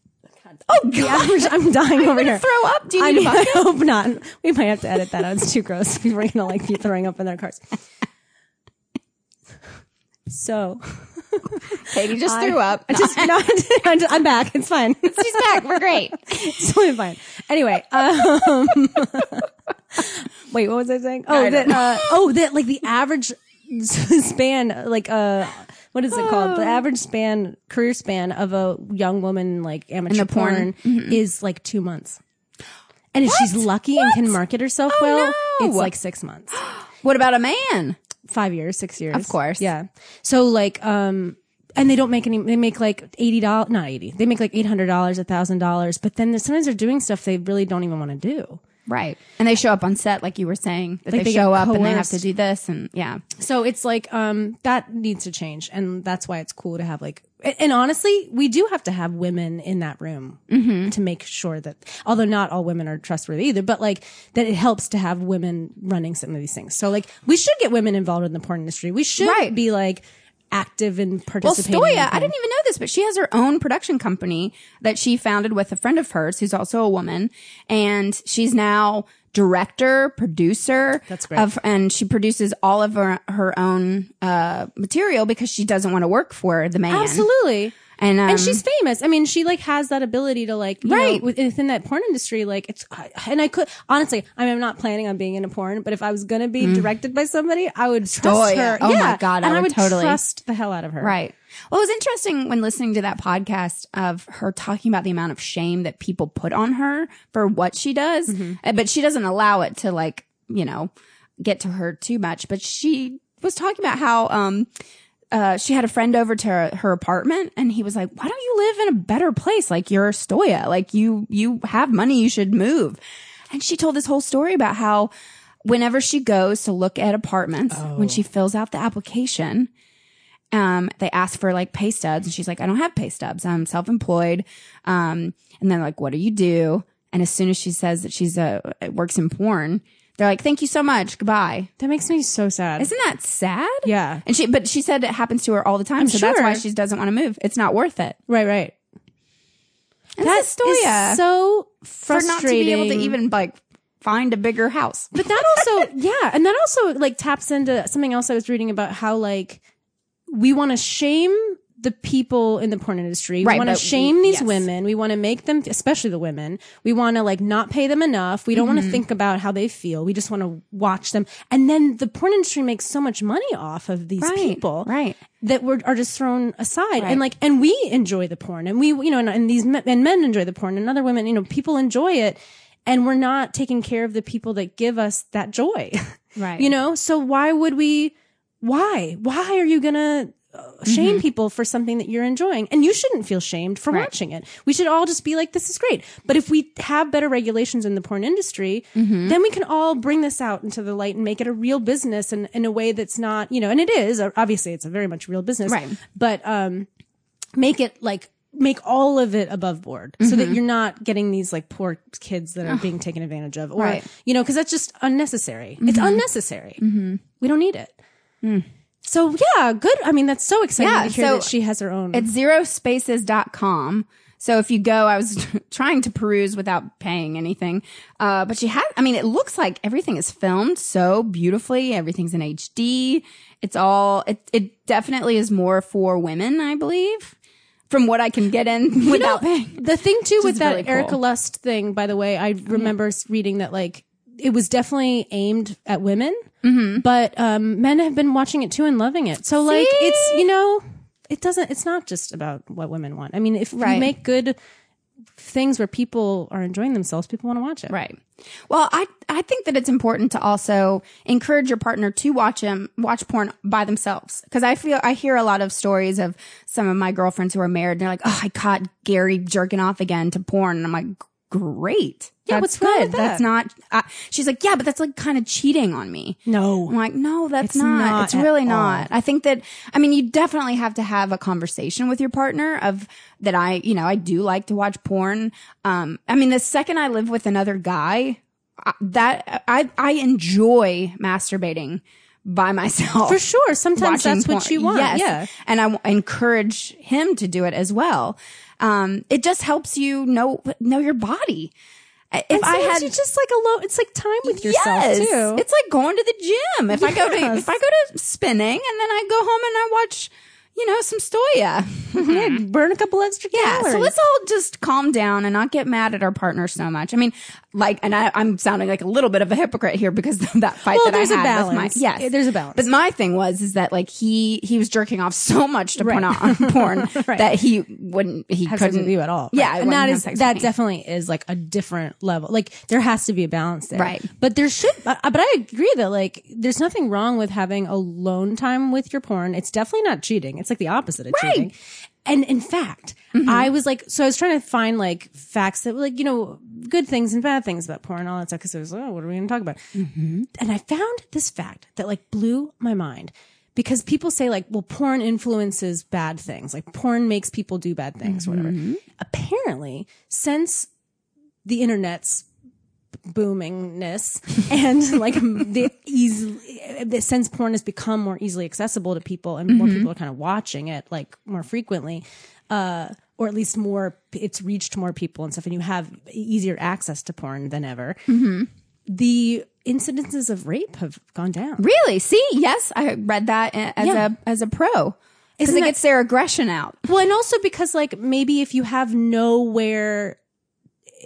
E: oh the average. I'm dying over
A: gonna
E: here.
A: throw up. Do you
E: I,
A: need a
E: know, I hope not. We might have to edit that out. It's too gross. People are gonna like be throwing up in their cars. So
A: Katie just threw up.
E: I just no, I didn't. I'm, just- I'm back. It's fine.
A: She's back. We're great.
E: It's totally fine. Anyway, um, wait, what was I saying? Oh,
A: I don't
E: that, uh, oh, that like the average s- span, like uh, what is it called?
A: Uh.
E: The average span, career span of a young woman like amateur
A: the porn. Mm-hmm.
E: porn, is like two months. And if she's lucky and can market herself well,
A: Oh, no.
E: it's like six months,
A: What about a man?
E: five years, six years,
A: Of course.
E: yeah. So like, um. And they don't make any. They make like eighty dollars, not eighty. They make like eight hundred dollars, a thousand dollars. But then sometimes they're doing stuff they really don't even want to do.
A: Right. And they show up on set, like you were saying, that
E: Like
A: they,
E: they get
A: show up and they have
E: coerced.
A: to do this. And yeah.
E: So it's like um that needs to change, and that's why it's cool to have like. a- And honestly, we do have to have women in that room
A: Mm-hmm.
E: to make sure that, although not all women are trustworthy either, but like that it helps to have women running some of these things. So like we should get women involved in the porn industry. We should
A: Right.
E: be like active and
A: Well,
E: participating. in
A: Stoya, I
E: things.
A: didn't even know this, but she has her own production company that she founded with a friend of hers who's also a woman. And she's now director, producer.
E: That's great.
A: Of, and she produces all of her, her own uh, material because she doesn't want to work for the man.
E: Absolutely.
A: And, um,
E: and she's famous. I mean, she like has that ability to like, you
A: Right.
E: know, within that porn industry, like it's, and I could, honestly, I mean, I'm not planning on being into porn, but if I was going to be directed by somebody, I would trust
A: Stoya.
E: her.
A: Mm. Oh my
E: Yeah.
A: God, I
E: And I
A: would
E: would
A: totally-
E: trust the hell out of her.
A: Right. Well, it was interesting when listening to that podcast of her talking about the amount of shame that people put on her for what she does, Uh, but she doesn't allow it to like, you know, get to her too much. But she was talking about how, um, uh, she had a friend over to her, her apartment and he was like, why don't you live in a better place? Like you're a Stoya. Like you, you have money. You should move. And she told this whole story about how whenever she goes to look at apartments, when she fills out the application, um, they asked for like pay stubs and she's like, I don't have pay stubs. I'm self-employed. Um, and then like, what do you do? And as soon as she says that she's a, works in porn, they're like, thank you so much. Goodbye.
E: That makes me so sad.
A: Isn't that sad?
E: Yeah.
A: And she, but she said it happens to her all the time. so that's
E: sure.
A: why she doesn't want to move. It's not worth it.
E: right. Right.
A: And
E: That
A: that's Stoya
E: is so
A: for
E: frustrating.
A: not to be able to even like find a bigger house.
E: But that also, yeah, and that also like taps into something else I was reading about how like we want to shame the people in the porn industry.
A: Right,
E: we want to
A: but we-
E: shame these
A: yes.
E: women. We want to make them, especially the women. We want to like not pay them enough. We don't want to
A: Mm-hmm.
E: think about how they feel. We just want to watch them. And then the porn industry makes so much money off of these people
A: Right.
E: that were are just thrown aside and like and we enjoy the porn and we you know and, and these men, and men enjoy the porn and other women you know people enjoy it and we're not taking care of the people that give us that joy
A: Right.
E: you know so why would we why why are you gonna uh,
A: Mm-hmm.
E: shame people for something that you're enjoying. And you shouldn't feel shamed for watching it. We should all just be like, this is great. But if we have better regulations in the porn industry,
A: Mm-hmm.
E: then we can all bring this out into the light and make it a real business and in a way that's not, you know, and it is, uh, obviously it's a very much real business.
A: Right.
E: But, um, make it like, make all of it above board so
A: Mm-hmm.
E: that you're not getting these like poor kids that are being taken advantage of or,
A: Right. Mm-hmm.
E: you know, cause that's just unnecessary. It's unnecessary. We don't need it. So yeah, good. I mean, that's so exciting
A: Mm. Yeah,
E: to hear
A: so
E: that she has her own.
A: It's zerospaces.com. So if you go, I was trying to peruse without paying anything. Uh, but she had, I mean, it looks like everything is filmed so beautifully. Everything's in HD. It's all, it, it definitely is more for women, I believe, from what I can get in without paying.
E: the thing too with
A: is
E: that
A: really cool. Mm-hmm.
E: Erica Lust thing, by the way, I remember s reading that like it was definitely aimed at women,
A: Mm-hmm.
E: but um, men have been watching it too and loving it. So like it's you know it doesn't it's not just about what women want. I mean, if
A: Right.
E: you make good things where people are enjoying themselves, people want to watch it.
A: Right. Well, I I think that it's important to also encourage your partner to watch him watch porn by themselves because I feel I hear a lot of stories of some of my girlfriends who are married and they're like, "Oh, I caught Gary jerking off again to porn," and I'm like, "Great,
E: Yeah,
A: That's
E: what's wrong with
A: That's
E: that?
A: not." I, she's like, "Yeah, but that's like kind of cheating on me."
E: No.
A: I'm like, "No, that's
E: It's
A: not.
E: not
A: It's
E: at
A: really
E: all.
A: not." I think that I mean, you definitely have to have a conversation with your partner of that I, you know, I do like to watch porn. Um I mean, the second I live with another guy, I, that I I enjoy masturbating by myself.
E: For sure. Sometimes
A: watching
E: that's what
A: porn.
E: you want.
A: Yes.
E: Yeah.
A: And I w- encourage him to do it as well. Um it just helps you know know your body. If I
E: Sometimes
A: had
E: you just like a low it's like time with yourself too.
A: it's like going to the gym. If I go to
E: Yes.
A: if I go to spinning and then I go home and I watch, you know, some stoya.
E: Yeah, burn a couple extra
A: Yeah.
E: Mm-hmm. calories.
A: So let's all just calm down and not get mad at our partner so much. I mean, like, and I, I'm sounding like a little bit of a hypocrite here because of that fight
E: Well,
A: that
E: there's
A: I
E: a
A: had with my
E: balance. Yeah,
A: yes,
E: there's a balance.
A: But my thing was is that like he he was jerking off so much to porn,
E: Right.
A: porn
E: Right.
A: that he wouldn't he
E: have
A: couldn't
E: sex with you at all.
A: Yeah, I
E: and
A: wouldn't
E: that
A: have
E: is
A: sex with
E: that
A: me.
E: definitely is like a different level. Like there has to be a balance there,
A: Right.
E: But there should. But, uh, but I agree that like there's nothing wrong with having alone time with your porn. It's definitely not cheating. It's like the opposite of
A: Right.
E: cheating. And in fact, I was like, so I was trying to find like facts that were like you know good things and bad things about porn and all that stuff because I was like, oh, what are we going to talk about? and I found this fact that like blew my mind because people say like, well, porn influences bad things. Like porn makes people do bad things, whatever. Apparently, since the internet's boomingness and like the easily the since porn has become more easily accessible to people and more people are kind of watching it like more frequently uh or at least more it's reached more people and stuff and you have easier access to porn than ever the incidences of rape have gone down
A: Really? See, yes, I read that a- as
E: Yeah.
A: a as a pro because
E: Isn't
A: it
E: that-
A: gets their aggression out.
E: Well, and also because like maybe if you have nowhere,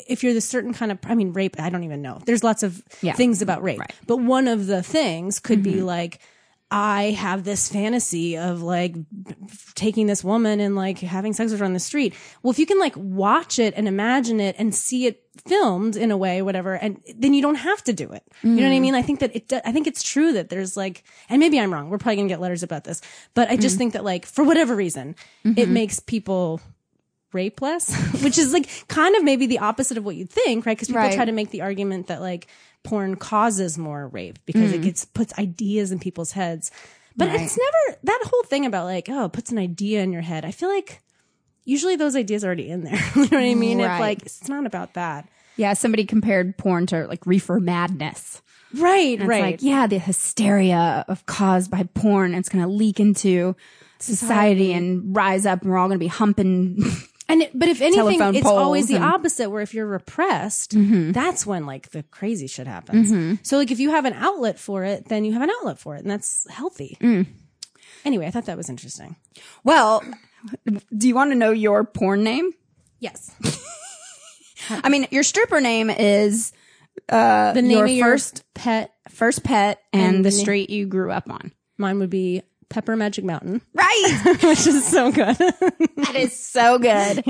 E: if you're the certain kind of, I mean, rape, I don't even know. There's lots of
A: Yeah.
E: things about rape,
A: Right.
E: but one of the things could be like, I have this fantasy of like taking this woman and like having sex with her on the street. Well, if you can like watch it and imagine it and see it filmed in a way, whatever, and then you don't have to do it. You know what I mean? I think that it, do- I think it's true that there's like, and maybe I'm wrong. We're probably gonna get letters about this, but I just think that like, for whatever reason, it makes people rape less, which is like kind of maybe the opposite of what you'd think, right? Because people
A: Right.
E: try to make the argument that like porn causes more rape because it gets puts ideas in people's heads. But
A: Mm. Right.
E: it's never that whole thing about like, oh, it puts an idea in your head. I feel like usually those ideas are already in there. you know what I mean? If
A: Right.
E: like it's not about that.
A: Yeah, somebody compared porn to like reefer madness.
E: Right,
A: It's like, yeah, the hysteria of caused by porn, it's going to leak into society, and rise up, and we're all going to be humping.
E: And it, but if anything,
A: telephone
E: it's always
A: poles
E: the
A: and-
E: opposite. Where if you're repressed, that's when like the crazy shit happens. So like if you have an outlet for it, then you have an outlet for it, and that's healthy. Anyway, I thought that was interesting.
A: well, do you want to know your porn name?
E: Yes,
A: I mean, your stripper name is
E: the name
A: your
E: of Uh, your
A: first-
E: pet.
A: first pet and,
E: And
A: the
E: the-
A: street you grew up on.
E: Mine would be Pepper Magic Mountain,
A: Right.
E: which is so good.
A: that is so good.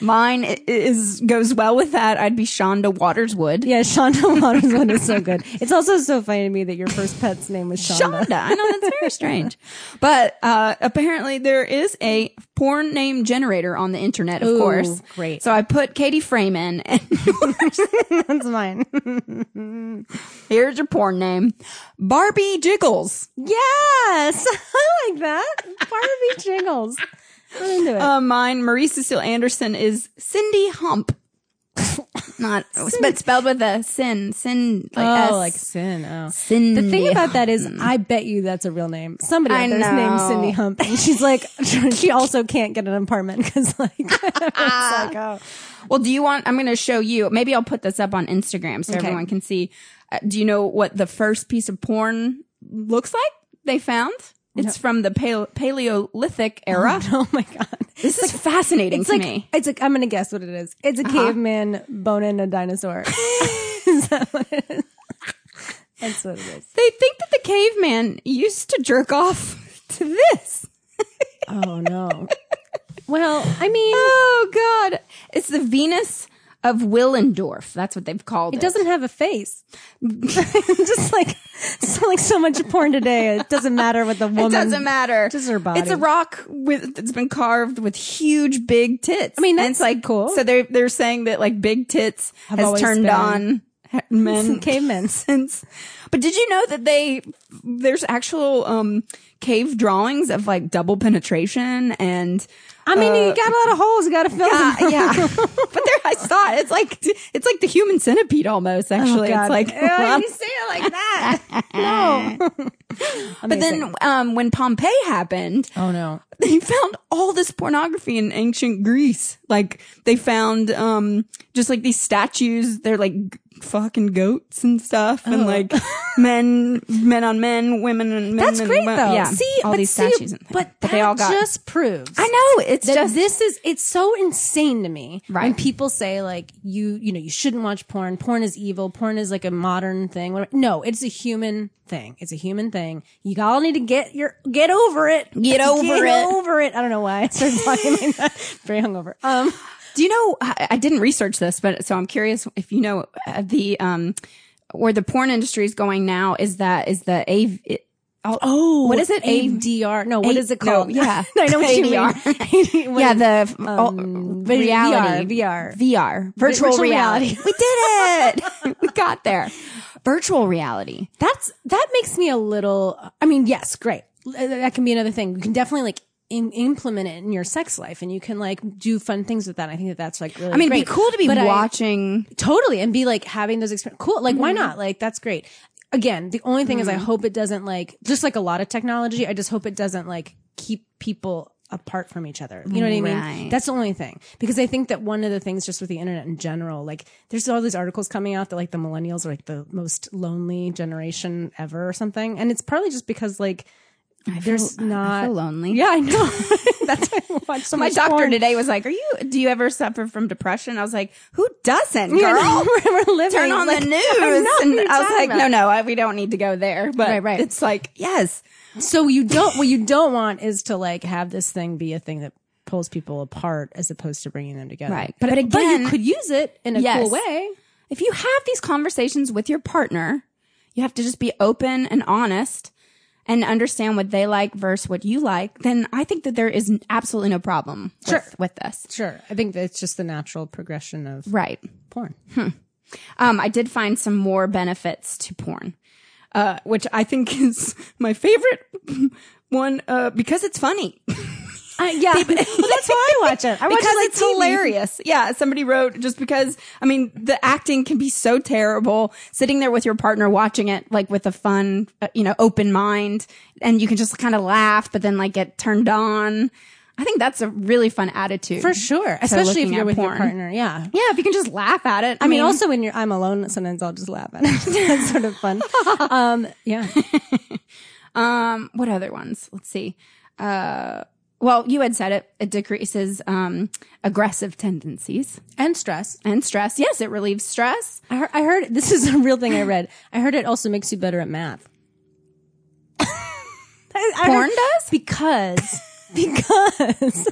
A: Mine i- is goes well with that. I'd be Shonda Waterswood.
E: yeah, Shonda Waters one is so good. It's also so funny to me that your first pet's name was Shonda.
A: Shonda. I know that's very strange. But uh, apparently there is a porn name generator on the internet, of
E: Ooh,
A: course.
E: great.
A: So I put Katie Freeman and
E: That's mine.
A: here's your porn name. Barbie Jiggles.
E: Yes, I like that. Barbie Jingles. I'm into it.
A: Uh, mine, Marie Cecile Anderson is Cindy Hump. Not, but spelled with a sin, sin, like
E: oh,
A: S.
E: like Sin. Oh.
A: Cindy.
E: The thing about that is, I bet you that's a real name. Somebody
A: I
E: out there's named
A: know.
E: Cindy Hump, and she's like, she also can't get an apartment because like, it's like, oh.
A: Well, do you want? I'm going to show you. Maybe I'll put this up on Instagram so everyone can see. Uh, do you know what the first piece of porn looks like? They found it's from the pale- Paleolithic era.
E: oh my god,
A: This is fascinating
E: it's
A: to
E: like,
A: me. Uh-huh.
E: it's like, I'm gonna guess what it is. It's a caveman boning a dinosaur. is that what it is? That's what it is.
A: They think that the caveman used to jerk off to this.
E: Oh no. Well, I mean,
A: Oh God! It's the Venus of Willendorf. That's what they've called it.
E: It doesn't have a face. just like so, like so much porn today. It doesn't matter what the woman.
A: It doesn't matter.
E: Just her body.
A: It's a rock with that's been carved with huge big tits. I
E: mean,
A: it's
E: that's
A: like
E: cool.
A: So they're they're saying that like big tits
E: Have
A: has
E: always
A: turned
E: been-
A: on men
E: Cavemen.
A: since. But did you know that they there's actual um cave drawings of like double penetration and
E: I mean,
A: Uh,
E: you got a lot of holes. You got to fill
A: yeah,
E: them.
A: yeah. but there I saw it. It's like it's like the human centipede almost actually. it's
E: Oh, God.
A: like
E: Ew, I didn't
A: say it like that. no. but then um when Pompeii happened,
E: Oh no.
A: they found all this pornography in ancient Greece. Like they found um just like these statues, they're like g- fucking goats and stuff
E: Oh.
A: and like men men on men, women on men.
E: That's
A: and
E: great
A: wo-
E: though.
A: Yeah.
E: See,
A: all
E: but
A: these
E: see,
A: statues and things.
E: but,
A: they
E: that
A: all got
E: just proves.
A: I know, it's
E: that
A: just
E: this is it's so insane to me when
A: Right.
E: people say like you you know you shouldn't watch porn porn is evil porn is like a modern thing whatever. no it's a human thing it's a human thing you all need to get your get over it
A: Get over it.
E: over it I don't know why I started talking like that very hungover um
A: Do you know? I, I didn't research this, but so I'm curious if you know uh, the um where the porn industry is going now. Is that is the AV? it- oh, what is it? AV?
E: ADR no what
A: A-
E: is it
A: no,
E: called
A: yeah.
E: I know what you mean
A: Yeah, the um,
E: vi-
A: reality
E: VR, VR.
A: VR virtual,
E: Virtual
A: reality.
E: reality.
A: we did it. we got there. Virtual reality.
E: That's that makes me a little. I mean, yes, great. Uh, That can be another thing. You can definitely like im implement it in your sex life, and you can like do fun things with that. I think that that's like really.
A: I mean, it'd
E: great.
A: be cool to be
E: But I-
A: watching.
E: totally and be like having those experiences. Cool, like
A: Mm-hmm.
E: why not? Like that's great. Again, the only thing is, I hope it doesn't like just like a lot of technology. I just hope it doesn't like keep people apart from each other. You know what I mean?
A: Right.
E: That's the only thing. Because I think that one of the things just with the internet in general, like there's all these articles coming out that like the millennials are like the most lonely generation ever or something. And it's probably just because like there's not
A: I feel lonely.
E: Yeah, I know. That's why I watch so
A: My
E: much
A: doctor
E: porn.
A: today was like, "Are you? Do you ever suffer from depression?" I was like, "Who doesn't,
E: You know,
A: girl?
E: we're, we're living.
A: turn on
E: like,
A: the
E: I
A: news.
E: know what
A: and
E: you're
A: I was
E: talking
A: like,
E: about.
A: no, no, I, we don't need to go there. But
E: Right, right.
A: it's like, yes,
E: So you don't what you don't want is to like have this thing be a thing that pulls people apart as opposed to bringing them together.
A: Right.
E: But,
A: But
E: but
A: again-
E: you could use it in a
A: Yes.
E: cool way.
A: if you have these conversations with your partner, you have to just be open and honest and understand what they like versus what you like. Then I think that there is n- absolutely no problem with, with this.
E: Sure. I think that's just the natural progression of
A: Right.
E: porn.
A: Um, I did find some more benefits to porn, uh, which I think is my favorite one uh, because it's funny.
E: Uh, yeah. well, that's why I watch it. I watch
A: because
E: it like
A: it's
E: TV.
A: hilarious. Yeah, somebody wrote just because. I mean, the acting can be so terrible. Sitting there with your partner watching it, like with a fun, uh, you know, open mind, and you can just kind of laugh, but then like get turned on. I think that's a really fun attitude
E: For sure. Especially if
A: looking
E: you're
A: at
E: with
A: porn.
E: your partner. Yeah.
A: Yeah, if you can just laugh at it.
E: I mean, also when you're, I'm alone, sometimes I'll just laugh at it. That's sort of fun. Um, yeah.
A: um, what other ones? Let's see. Uh, well, you had said it. It decreases um aggressive tendencies
E: And stress.
A: and stress. Yes, it relieves stress.
E: I heard, I heard this is a real thing I read. I heard it also makes you better at math. I- I
A: Porn
E: heard-
A: does?
E: because because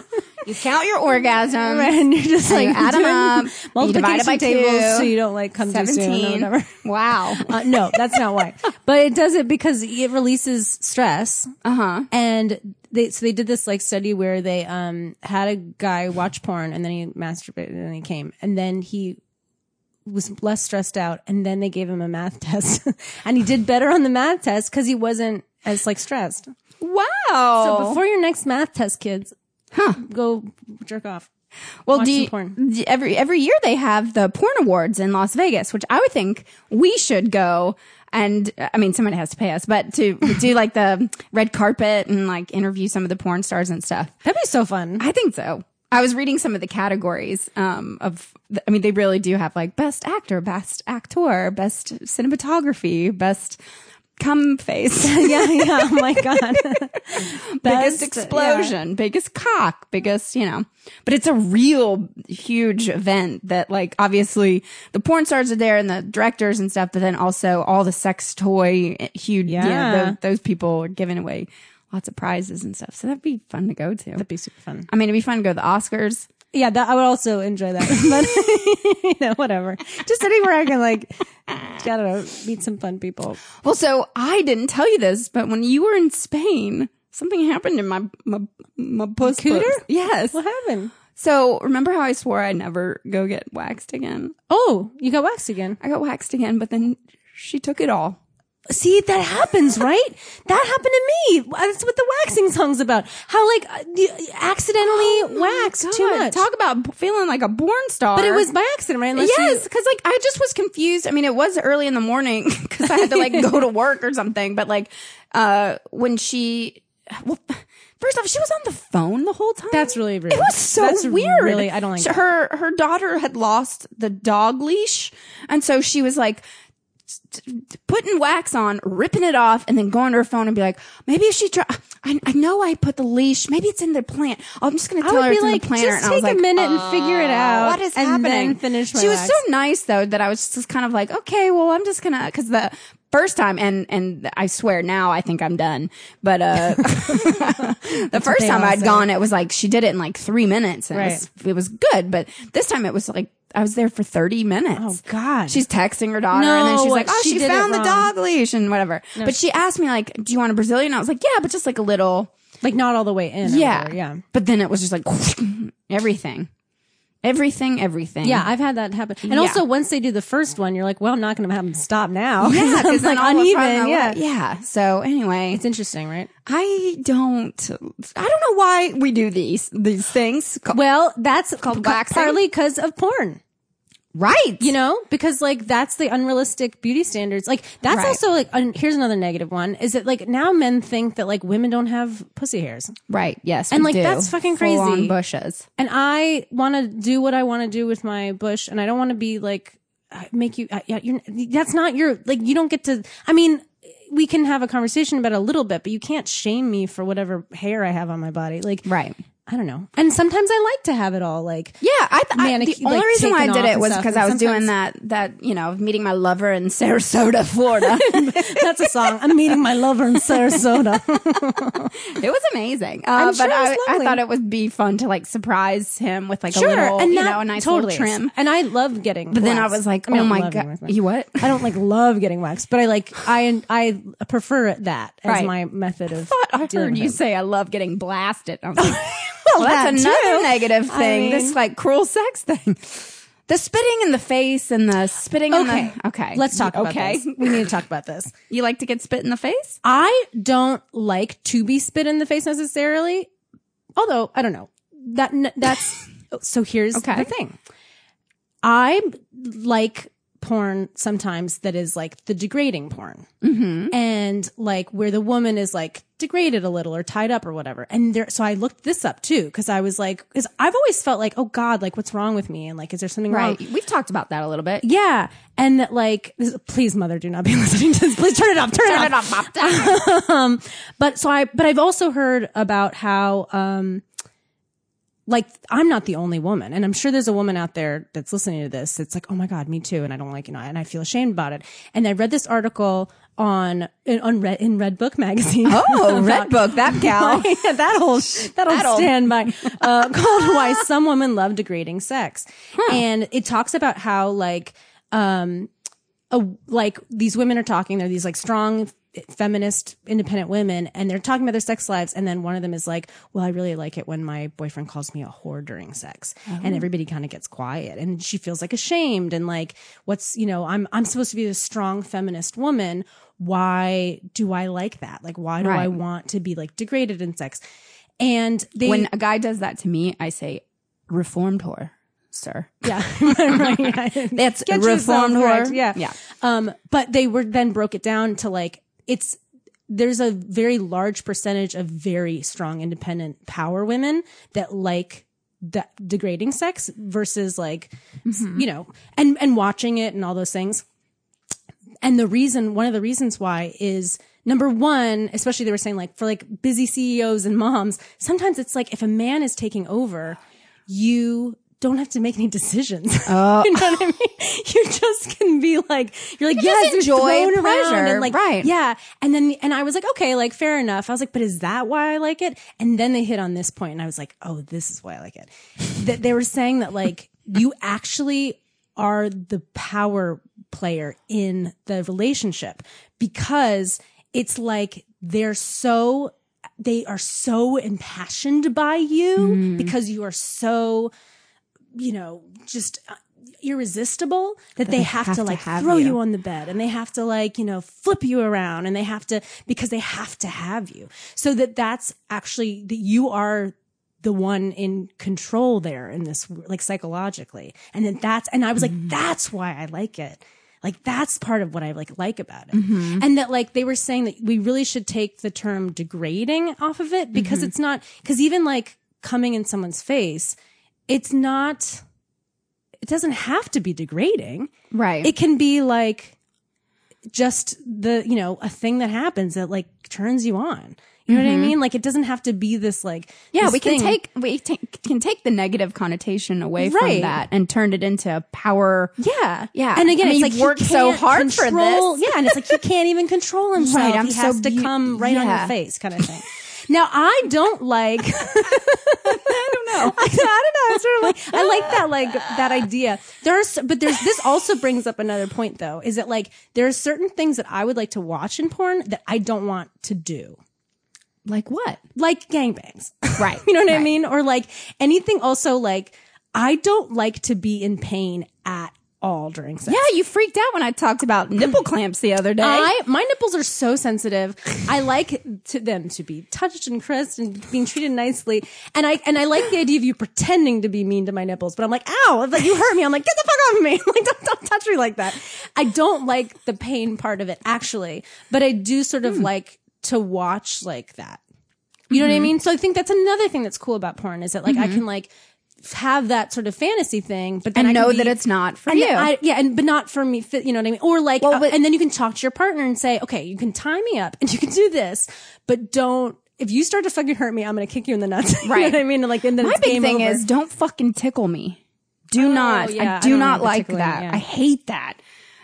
A: You count your orgasms.
E: and you're just
A: Um, And
E: like
A: you add 'em
E: doing
A: up, you divide it
E: multiplication
A: by
E: tables
A: two.
E: so you don't like come too soon or
A: 17.
E: whatever.
A: Wow.
E: Uh, no, that's not why. But it does it because it releases stress. Uh
A: Uh-huh.
E: huh. And they so they did this like study where they um had a guy watch porn and then he masturbated and then he came and then he was less stressed out and then they gave him a math test and he did better on the math test because he wasn't as like stressed.
A: wow. Oh.
E: So before your next math test, kids, go jerk off.
A: well,
E: watch
A: do
E: some
A: you-
E: porn.
A: d- every every year they have the porn awards in Las Vegas, which I would think we should go. And I mean, somebody has to pay us, but to do like the red carpet and like interview some of the porn stars and stuff.
E: That'd be so fun.
A: I think so. I was reading some of the categories um, of, I mean, they really do have like best actor, best actor, best cinematography, best cum face,
E: yeah, yeah. Oh my god.
A: biggest
E: Best-
A: explosion, biggest cock, biggest, you know. But it's a real huge event that, like, obviously the porn stars are there and the directors and stuff, but then also all the sex toy eh, huge, yeah,
E: Yeah.
A: those, those people are giving away lots of prizes and stuff. So that'd be fun to go to.
E: That'd be super fun.
A: I mean, it'd be fun to go to the Oscars.
E: Yeah, that, I would also enjoy that. But you know, whatever. Just anywhere I can like, I don't know, meet some fun people.
A: Well, so I didn't tell you this, but when you were in Spain, something happened in my my my puss
E: Cooter?
A: puss. Yes.
E: What happened?
A: So remember how I swore I'd never go get waxed again?
E: Oh, you got waxed again.
A: I got waxed again, but then she took it all.
E: See, that happens, right? that happened to me. That's what the waxing song's about. How like uh, you accidentally waxed too
A: Oh God,
E: much.
A: Talk about b- feeling like a born star.
E: but it was by accident, right? Unless you-
A: Yes, because like I just was confused. I mean, it was early in the morning because I had to like go to work or something. But like uh when she, well, first off, she was on the phone the whole time.
E: That's really rude.
A: It was so
E: That's
A: weird.
E: really- I don't like
A: She- her. Her daughter had lost the dog leash, and so she was like t- t- putting wax on, ripping it off, and then going to her phone and be like, maybe if she dro- I, I know I put the leash. Maybe it's in the plant. I'm just gonna
E: I
A: tell her
E: would be
A: it's
E: like, "Oh,
A: in the planter.
E: just
A: and I was
E: take
A: like,
E: a minute and figure it out.
A: what is
E: and
A: happening?
E: Then finish my
A: she was
E: wax.
A: so nice though that I was just kind of like, okay, well, I'm just gonna because the first time and and I swear now I think I'm done, but uh, the first
E: they
A: time
E: all
A: I'd
E: say.
A: gone, it was like she did it in like three minutes and it, was, it was good, but this time it was like. I was there for 30 minutes.
E: Oh, God.
A: She's texting her daughter and then she's
E: No,
A: like, "Oh,
E: she
A: she,
E: did it
A: found the
E: wrong.
A: dog leash and whatever." But she asked me like, "Do you want a Brazilian?" I was like, "Yeah, but just like a little."
E: like not all the way in. or
A: Yeah.
E: whatever, yeah.
A: But then it was just like everything. Everything, everything.
E: Mm-hmm. Yeah, I've had that happen. And
A: Yeah.
E: also, once they do the first one, you're like, well, I'm not going to have them stop now.
A: Yeah,
E: it's
A: because then
E: like
A: all of a
E: uneven.
A: sudden,
E: Yeah.
A: like, yeah. So anyway,
E: It's interesting, right?
A: I don't, I don't know why we do these these things.
E: Well, that's
A: called
E: ca-
A: waxing?
E: partly because of porn,
A: Right?
E: you know, because like that's the unrealistic beauty standards. Like that's
A: Right.
E: also like un- here's another negative one is that like now men think that like women don't have pussy hairs,
A: Right? Yes.
E: And,
A: we
E: like,
A: do.
E: that's fucking
A: Full-on
E: crazy.
A: bushes.
E: and I want to do what I want to do with my bush, and I don't want to be like uh, make you. Uh, yeah, you're, that's not your like. You don't get to. I mean. We can have a conversation about it a little bit, but you can't shame me for whatever hair I have on my body. Like,
A: Right.
E: I don't know. And sometimes I like to have it all like
A: Yeah, I, th- I
E: Manic-
A: the only
E: like,
A: reason why I
E: taken
A: did
E: off
A: it
E: and
A: was
E: stuff,
A: because
E: and
A: I was doing that
E: sometimes-
A: that you know meeting my lover in Sarasota, Florida.
E: That's a song. I'm meeting my lover in Sarasota.
A: it was amazing, uh, but
E: sure it was
A: I, I
E: lovely.
A: thought it would be fun to like surprise him with like a little you know a nice
E: totally
A: little trim.
E: And I love getting.
A: But then I
E: waxed.
A: was like,
E: I mean,
A: oh
E: I
A: my
E: love getting
A: god,
E: waxed.
A: you what?
E: I don't like love getting waxed, but I like I I prefer that as
A: Right.
E: my method of.
A: thought I
E: dealing
A: heard
E: with
A: you
E: it.
A: say I love getting blasted. I was like, well,
E: that
A: that's another
E: too.
A: negative
E: I
A: thing. this
E: mean-
A: like cruel sex thing. The spitting in the face and the spitting
E: Okay.
A: in the okay.
E: Let's talk about
A: okay.
E: this. We need to talk about this.
A: You like to get spit in the face?
E: I don't like to be spit in the face necessarily. Although I don't know that n- that's so. Here's
A: Okay.
E: the thing. I like porn sometimes that is like the degrading porn, mm-hmm. and like where the woman is like degraded a little or tied up or whatever. And there, so I looked this up too because I was like, because I've always felt like, oh God, like what's wrong with me, and like is there something wrong?
A: We've talked about that a little bit.
E: Yeah, and that like, this- please, mother, do not be listening to this. Please turn it off. Turn,
A: Turn it off, Bob.
E: um but so i but i've also heard about how um like i'm not the only woman and i'm sure there's a woman out there that's listening to this that's like oh my god me too and i don't like you know and i feel ashamed about it and i read this article on in, on Red, in Red Book magazine.
A: Oh, Red Book, that gal.
E: yeah, that'll that'll
A: That'll-
E: stand by. Uh, called "Why Some Women Love Degrading Sex," and it talks about how like um a, like these women are talking. They're these like strong feminist independent women and they're talking about their sex lives and then one of them is like well i really like it when my boyfriend calls me a whore during sex
A: Oh.
E: and everybody kind of gets quiet and she feels like ashamed and like what's you know i'm i'm supposed to be this strong feminist woman why do i like that like why do i
A: Right.
E: want to be like degraded in sex and they
A: When a guy does that to me, I say, reformed whore, sir.
E: yeah right yeah.
A: That's
E: Get yourself
A: reformed
E: correct,
A: whore.
E: yeah
A: Yeah.
E: um but they were then broke it down to like it's there's a very large percentage of very strong independent power women that like that degrading sex versus like s-
A: Mm-hmm.
E: you know and and watching it and all those things and the reason one of the reasons why is number one especially they were saying like for like busy ceos and moms sometimes it's like if a man is taking over you don't have to make any decisions
A: Oh.
E: you know what i mean you just can be like you're like
A: just
E: yes
A: enjoy
E: enjoy pleasure
A: pleasure,
E: and like
A: right.
E: yeah and then and i was like okay like fair enough i was like but is that why i like it and then they hit on this point and i was like oh this is why i like it that they were saying that like you actually are the power player in the relationship because it's like they're so they are so impassioned by you because you are so you know just uh, irresistible that, they, have, to like
A: have
E: throw you.
A: you.
E: on the bed and they have to like you know flip you around and they have to because they have to have you so that that's actually that you are the one in control there in this like psychologically and then that's and i was like that's why i like it like that's part of what i like like about it and that like they were saying that we really should take the term degrading off of it because it's not because even like coming in someone's face it's not it doesn't have to be degrading
A: Right.
E: it can be like just the you know a thing that happens that like turns you on you know what i mean like it doesn't have to be this like
A: Mm-hmm. yeah,
E: this
A: we can
E: thing.
A: take we take, can take the negative connotation away
E: Right.
A: from that and turn it into a power.
E: yeah
A: Yeah.
E: and again
A: I mean, you've
E: it's like he
A: worked so
E: can't
A: hard for
E: control-
A: this.
E: yeah and it's like he can't even control himself
A: Right, I'm
E: he
A: so
E: has to
A: beau-
E: come right on your
A: yeah.
E: face kind of thing now i don't like I, I don't know. It's sort of like I like that, like that idea. There's, but there's this also brings up another point though. Is that like there are certain things that I would like to watch in porn that I don't want to do,
A: Like what?
E: like gangbangs.
A: Right.
E: you know what I
A: Right.
E: mean? Or like anything. Also, like I don't like to be in pain at all during sex.
A: Yeah, you freaked out when I talked about nipple clamps the other day.
E: I my nipples are so sensitive. I like to them to be touched and caressed and being treated nicely. And I and I like the idea of you pretending to be mean to my nipples, but I'm like, ow, it's like you hurt me. I'm like, get the fuck off of me. like don't, don't touch me like that. I don't like the pain part of it actually, but I do sort
A: Hmm.
E: of like to watch like that. You know
A: Mm-hmm.
E: what I mean? So I think that's another thing that's cool about porn is that like I can like have that sort of fantasy thing, but then
A: and
E: I can
A: know
E: be-
A: that it's not for
E: and
A: you.
E: then I, yeah, and but not for me. fi- You know what I mean? Or like,
A: Well,
E: uh,
A: but-
E: and then you can talk to your partner and say, okay, you can tie me up and you can do this, but don't. If you start to fucking hurt me, I'm gonna kick you in the nuts. you know
A: Right.
E: what I mean? And like, and then
A: My
E: it's
A: big
E: game
A: thing
E: over. Oh,
A: is don't fucking tickle me. Do not.
E: yeah,
A: I
E: I
A: do
E: don't
A: not
E: like
A: like
E: tickling,
A: that.
E: yeah.
A: I hate that.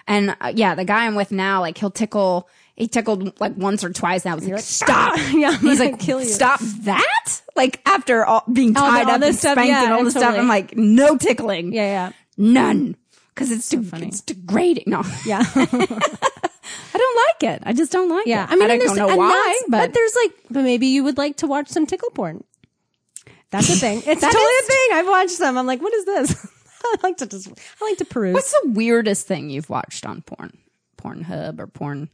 A: And uh, yeah, the guy I'm with now, like he'll tickle. He tickled like once or twice. And I was like, stop.
E: "Ah, Yeah, I'm
A: He's
E: gonna
A: like,
E: kill you.
A: Stop that. Like after all being
E: All the-
A: tied
E: all
A: up
E: this
A: and
E: stuff,
A: spanked
E: yeah,
A: and all
E: and
A: this stuff,
E: totally.
A: I'm like, no tickling.
E: yeah, yeah,
A: None. Cause it's, de- it's degrading. No,
E: yeah.
A: I don't like it. I just don't like
E: Yeah,
A: it.
E: I mean,
A: I
E: and
A: don't
E: there's-
A: know
E: and
A: why,
E: that's-
A: but,
E: there's like, but maybe you would like to watch some tickle porn. That's a thing. It's
A: That
E: totally
A: is-
E: a thing. I've watched some. I'm like, what is this? I like to just, I like to peruse.
A: what's the weirdest thing you've watched on porn? Pornhub or porn?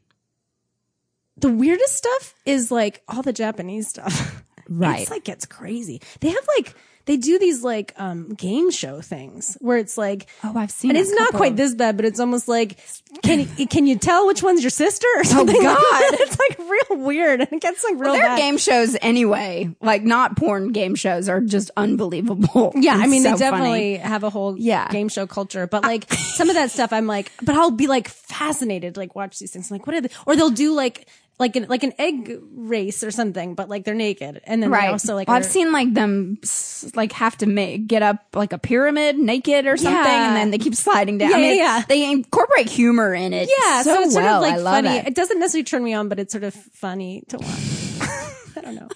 E: the weirdest stuff is like all the Japanese stuff.
A: Right.
E: It's like it's crazy. They have like they do these like um game show things where it's like
A: Oh, I've seen
E: and
A: a
E: it's not
A: couple
E: quite
A: of-
E: this bad, but it's almost like can can you tell which one's your sister or something? like that?
A: Oh, God.
E: it's like real weird and it gets like real
A: Their
E: bad.
A: game shows anyway, like not porn game shows, are just unbelievable.
E: Yeah, I
A: It's
E: mean,
A: so funny.
E: they definitely have a whole
A: Yeah.
E: game show culture, but like some of that stuff, I'm like, but I'll be like fascinated, to, like watch these things, I'm like what are they? Or they'll do like like an like an egg race or something, but like they're naked, and then they
A: Right.
E: also like
A: Well, I've
E: are-
A: seen like them s- like have to make get up like a pyramid naked or something,
E: Yeah.
A: and then they keep sliding down.
E: Yeah,
A: I mean,
E: yeah, yeah.
A: They incorporate humor in it.
E: yeah, so,
A: so,
E: it's sort
A: well.
E: of like
A: I love
E: funny.
A: it.
E: It. doesn't necessarily turn me on, but it's sort of funny to watch. I don't know.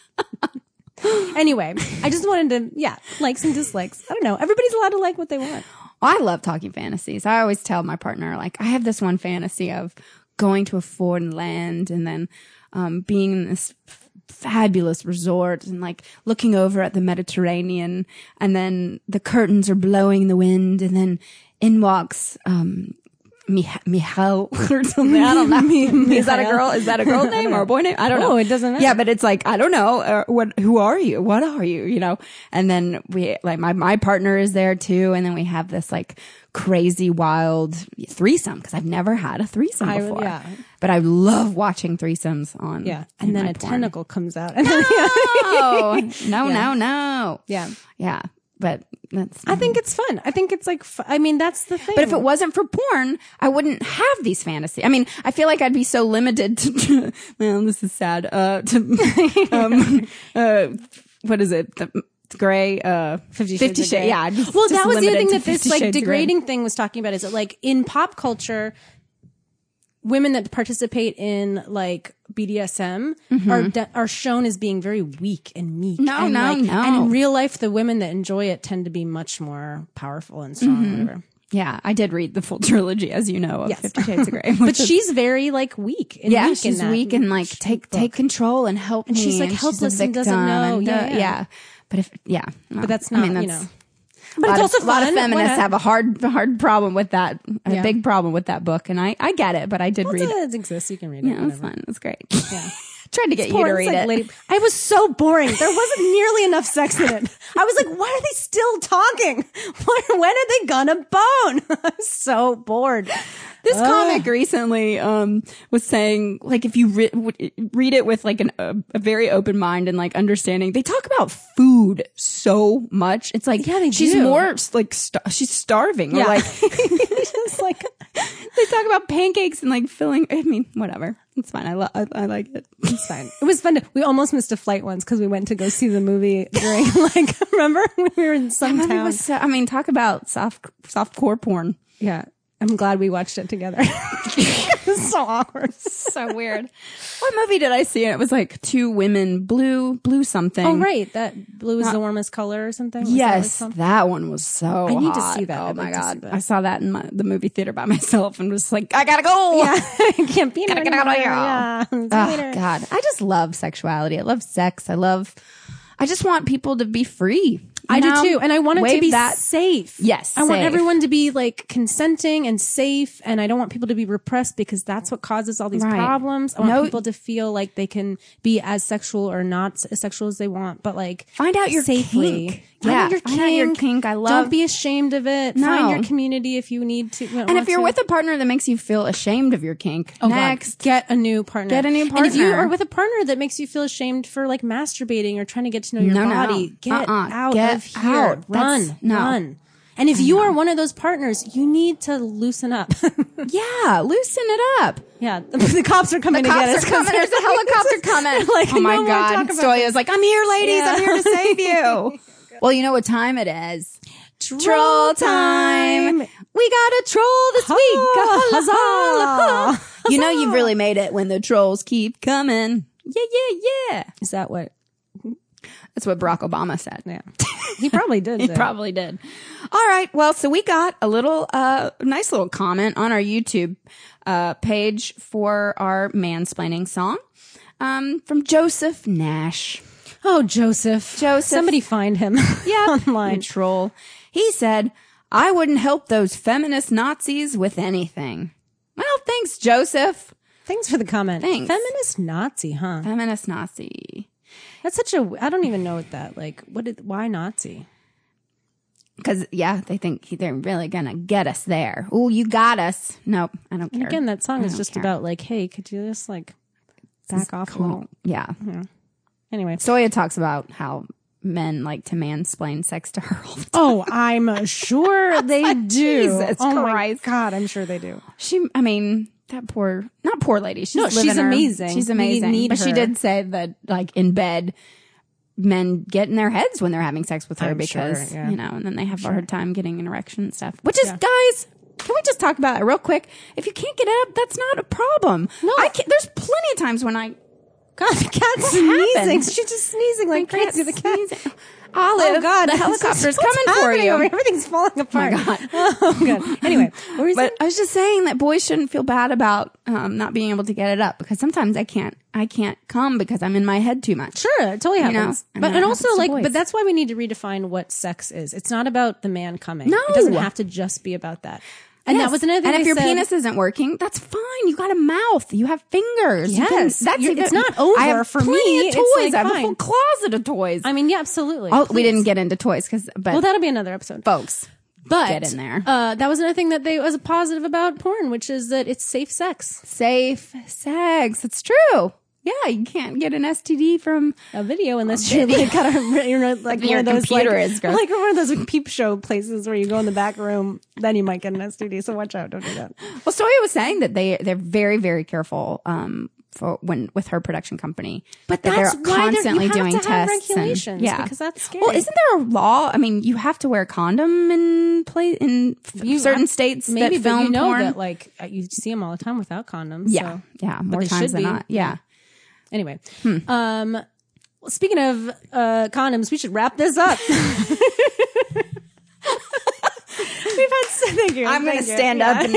E: anyway, I just wanted to yeah, likes and dislikes. I don't know. Everybody's allowed to like what they want.
A: I love talking fantasies. I always tell my partner, like, I have this one fantasy of going to a foreign land and then um, being in this f- fabulous resort and like looking over at the Mediterranean and then the curtains are blowing in the wind and then in walks, um, Mich- Michal or something. I don't know. Is that a girl? Is that a girl name or a boy name? I don't know.
E: Oh, it doesn't matter.
A: Yeah, but it's like I don't know uh, what who are you? What are you? You know. And then we like my my partner is there too, and then we have this like crazy wild threesome because I've never had a threesome
E: I-
A: before.
E: yeah.
A: But I love watching threesomes on.
E: Yeah,
A: in
E: and then
A: my
E: a
A: porn.
E: tentacle comes out. And then,
A: Oh no no no
E: Yeah.
A: yeah. But that's
E: I think it's fun. I think it's like fu- I mean that's the thing.
A: But if it wasn't for porn, I wouldn't have these fantasies. I mean, I feel like I'd be so limited to, well, this is sad, uh, to, um, uh, what is it? The gray, uh, 50 Shades.
E: of Grey.
A: Yeah. I'd be
E: well,
A: just
E: that was the
A: limited
E: other thing
A: to
E: that this
A: 50
E: like
A: Shades of Grey.
E: degrading thing was talking about is that like in pop culture, women that participate in like BDSM are de- are shown as being very weak and meek.
A: Mm-hmm. No,
E: and,
A: no,
E: like,
A: no.
E: And in real life, the women that enjoy it tend to be much more powerful and strong.
A: Mm-hmm.
E: Or whatever.
A: Yeah. I did read the full trilogy, as you know, of
E: Yes.
A: 50 Shades of Grey.
E: But she's very like weak. And
A: yeah,
E: weak
A: she's
E: in that.
A: weak and like take take control and help
E: And
A: me.
E: she's, like,
A: a
E: helpless and doesn't
A: victim
E: know.
A: and,
E: Yeah,
A: uh,
E: yeah.
A: But if yeah, no.
E: But that's
A: I
E: not
A: mean,
E: you
A: that's-
E: know. But it's
A: lot
E: also
A: of, lot of
E: fun. Why
A: feminists
E: not?
A: have a hard hard problem with that, a
E: Yeah.
A: big problem with that book, and I I get it, but I did read it.
E: It exists. You can read it.
A: Yeah, it was
E: whatever.
A: fun. It was great.
E: Yeah.
A: Tried to get you to
E: porn. It's
A: read
E: like
A: it.
E: lady- I was so boring. There wasn't nearly enough sex in it. I was like, why are they still talking? When, when are they gonna bone? I'm so bored.
A: This comic recently um, was saying, like, if you re- w- read it with like an, a, a very open mind and like understanding, they talk about food so much. It's like,
E: Yeah, they
A: she's
E: do.
A: more like sta- she's starving. Or
E: Yeah.
A: like
E: It's like
A: they talk about pancakes and like filling. I mean, whatever. It's fine. I, lo- I, I like it.
E: it's fine. It was fun. To, we almost missed a flight once because we went to go see the movie during like remember when we were in some
A: Movie
E: town.
A: was so- uh, I mean, talk about soft soft core porn.
E: yeah, I'm glad we watched it together. it was so awkward.
A: so weird. What movie did I see? And it was like two women, blue blue something.
E: Oh right, that blue is the warmest color or something. Was that what it's
A: Yes,
E: called?
A: that one was so.
E: I need to
A: hot.
E: see that.
A: Oh
E: I'd
A: my
E: like to see
A: god,
E: that.
A: I saw that in my, the movie theater by myself and was like, I gotta go.
E: I can't be.
A: Gotta get out of here. Oh,
E: Yeah.
A: god, I just love sexuality. I love sex. I love. I just want people to be free. you
E: I
A: know?
E: do too, and I want it to
A: Wave
E: be
A: that.
E: safe.
A: Yes,
E: I want
A: safe.
E: everyone to be like consenting and safe, and I don't want people to be repressed because that's what causes all these
A: Right.
E: problems. I want
A: No-
E: people to feel like they can be as sexual or not as sexual as they want, but like
A: Find out your
E: safely.
A: kink.
E: Find
A: Yeah,
E: out your
A: find
E: kink.
A: out your kink. I love-
E: Don't be ashamed of it.
A: No.
E: Find your community if you need to. Oh,
A: And if you're with a partner that makes you feel ashamed of your kink, next.
E: get a new partner.
A: Get a new
E: And if you
A: partner.
E: are with a partner that makes you feel ashamed for like masturbating or trying to get to know your
A: No, no.
E: body, get
A: Uh-uh.
E: out
A: Get
E: of here.
A: out. That's-
E: Run,
A: no.
E: run. And if you are one of those partners, you need to loosen up.
A: Yeah, loosen it up.
E: yeah, the, the cops are coming
A: The
E: to
A: cops
E: get
A: are
E: us.
A: coming. There's a helicopter coming.
E: like,
A: oh my
E: no more
A: god,
E: talk about
A: Stoya's like, I'm here, ladies.
E: Yeah.
A: I'm here to save you. well, you know what time it is.
E: Troll time.
A: We got a troll this week. Huzzah, huzzah. You know you've really made it when the trolls keep coming. Yeah, yeah, yeah.
E: Is that what?
A: That's what Barack Obama said.
E: Yeah, he probably did.
A: He
E: though.
A: probably did. All right. Well, so we got a little, uh, nice little comment on our YouTube, uh, page for our mansplaining song, um, from Joseph Nash.
E: oh, Joseph.
A: Joseph.
E: Somebody find him.
A: Yeah.
E: online.
A: Troll. He said, I wouldn't help those feminist Nazis with anything. Well, thanks, Joseph.
E: Thanks for the comment.
A: Thanks.
E: Feminist Nazi, huh?
A: Feminist Nazi.
E: That's such a. I don't even know what that like. What? Did, why Nazi?
A: Cause yeah, they think they're really gonna get us there. Oh, you got us. Nope. I don't care.
E: Again, that song is just
A: care.
E: about like, hey, could you just like back off a little?
A: yeah.
E: Anyway.
A: Soya talks about how men like to mansplain sex to her all the time.
E: Oh, I'm sure they do.
A: Jesus
E: oh my
A: Christ.
E: God, I'm sure they do.
A: She, I mean, That poor, not poor lady. She's
E: No,
A: living
E: she's
A: her-
E: amazing.
A: She's
E: We
A: amazing.
E: need
A: but she
E: her.
A: did say that, like in bed, men get in their heads when they're having sex with her
B: I'm sure,
A: because
B: yeah.
A: you know, and then they have a hard time getting an erection and stuff. Which is, guys, can we just talk about it real quick? If you can't get up, that's not a problem. No, I can't, there's plenty of times when I
E: God, the cat's
A: happened?
E: sneezing. She's just sneezing like
A: can't
E: crazy. The cat.
A: sneeze. Olive,
E: Oh God,
A: the
E: this is
A: helicopter's
E: what's
A: coming for
E: happening
A: you.
E: over here. Everything's falling apart.
A: my God.
E: Oh God. Anyway, what were you saying?
A: But I was just saying that boys shouldn't feel bad about um, not being able to get it up because sometimes I can't I can't come because I'm in my head too much.
E: Sure, it totally
A: You know,
E: happens.
A: and
E: but
A: that
E: and also
A: happens to
E: like,
A: boys.
E: but that's why we need to redefine what sex is. It's not about the man coming.
A: No.
E: it doesn't have to just be about that. And
A: Yes.
E: that was another thing.
A: And if
E: they
A: your
E: said-
A: penis isn't working, that's fine. You got a mouth. You have fingers. You can-
E: Yes.
A: that's
E: You're-
A: even-
E: it's not over
A: I have
E: for me.
A: plenty Of
E: It's,
A: toys.
E: like,
A: I have a
E: fine.
A: whole closet of toys.
E: I mean, yeah, absolutely.
A: oh, we
E: Please.
A: didn't get into toys because, but
E: Well, that'll be another episode.
A: folks,
E: But
A: get in there.
E: Uh, that was another thing that they was a positive about porn, which is that it's safe sex.
A: safe sex. It's true. Yeah, you can't get an STD from
E: A video, unless you're like got a you know Oh, like
A: Your
E: one of those
A: computer
E: like,
A: is gross.
E: like one of those peep show places where you go in the back room, then you might get an STD. So watch out, don't do that.
A: Well, Sawyer was saying that they they're very very careful um for when with her production company,
E: But
A: that
E: that's
A: they're
E: why they're- you
A: constantly
E: have
A: doing
E: to have
A: tests and
E: regulations,
A: yeah,
E: because that's
A: Well,
E: scary.
A: isn't there a law? I mean, you have to wear a condom in play in f-
E: You-
A: certain
E: I'm-
A: states
E: maybe,
A: that
E: but
A: film
E: you know
A: porn.
E: that like uh, you see them all the time without condoms.
A: yeah, Hmm.
E: so.
A: yeah, more
E: they
A: times
E: should
A: than
E: be.
A: not. Yeah,
E: Anyway, um, well, speaking of uh, condoms, we should wrap this up. We've had. So, thank you.
A: I'm gonna
E: Thank you.
A: stand
E: Yeah.
A: up and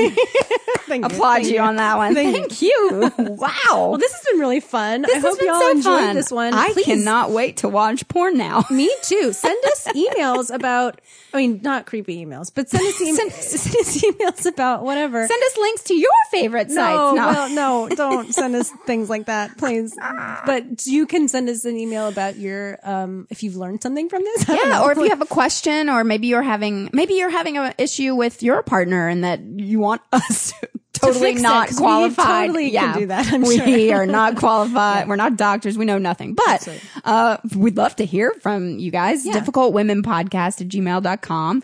E: Thank you.
A: applaud
E: Thank
A: you on that one. Thank you. Wow.
E: Well, this has been really fun. I
A: This
E: hope
A: has been
E: y'all
A: so
E: enjoyed
A: fun.
E: this one.
A: I
E: Please-
A: cannot wait to watch porn now.
E: Me too. Send us emails about. I mean, not creepy emails, but send us, em- send, us emails about whatever.
A: Send us links to your favorite
E: no,
A: sites.
E: well, no, don't send us things like that, please. But you can send us an email about your um if you've learned something from this. I don't
A: Yeah,
E: know.
A: or if you have a question, or maybe you're having maybe you're having an issue with your partner, and that you want us to totally
E: fix it,
A: not
E: 'cause we
A: qualified.
E: totally can
A: yeah,
E: do that, I'm
A: we
E: sure.
A: are not qualified. We're not doctors. We know nothing, but uh, we'd love to hear from you guys. Difficult Women Podcast at gmail.com.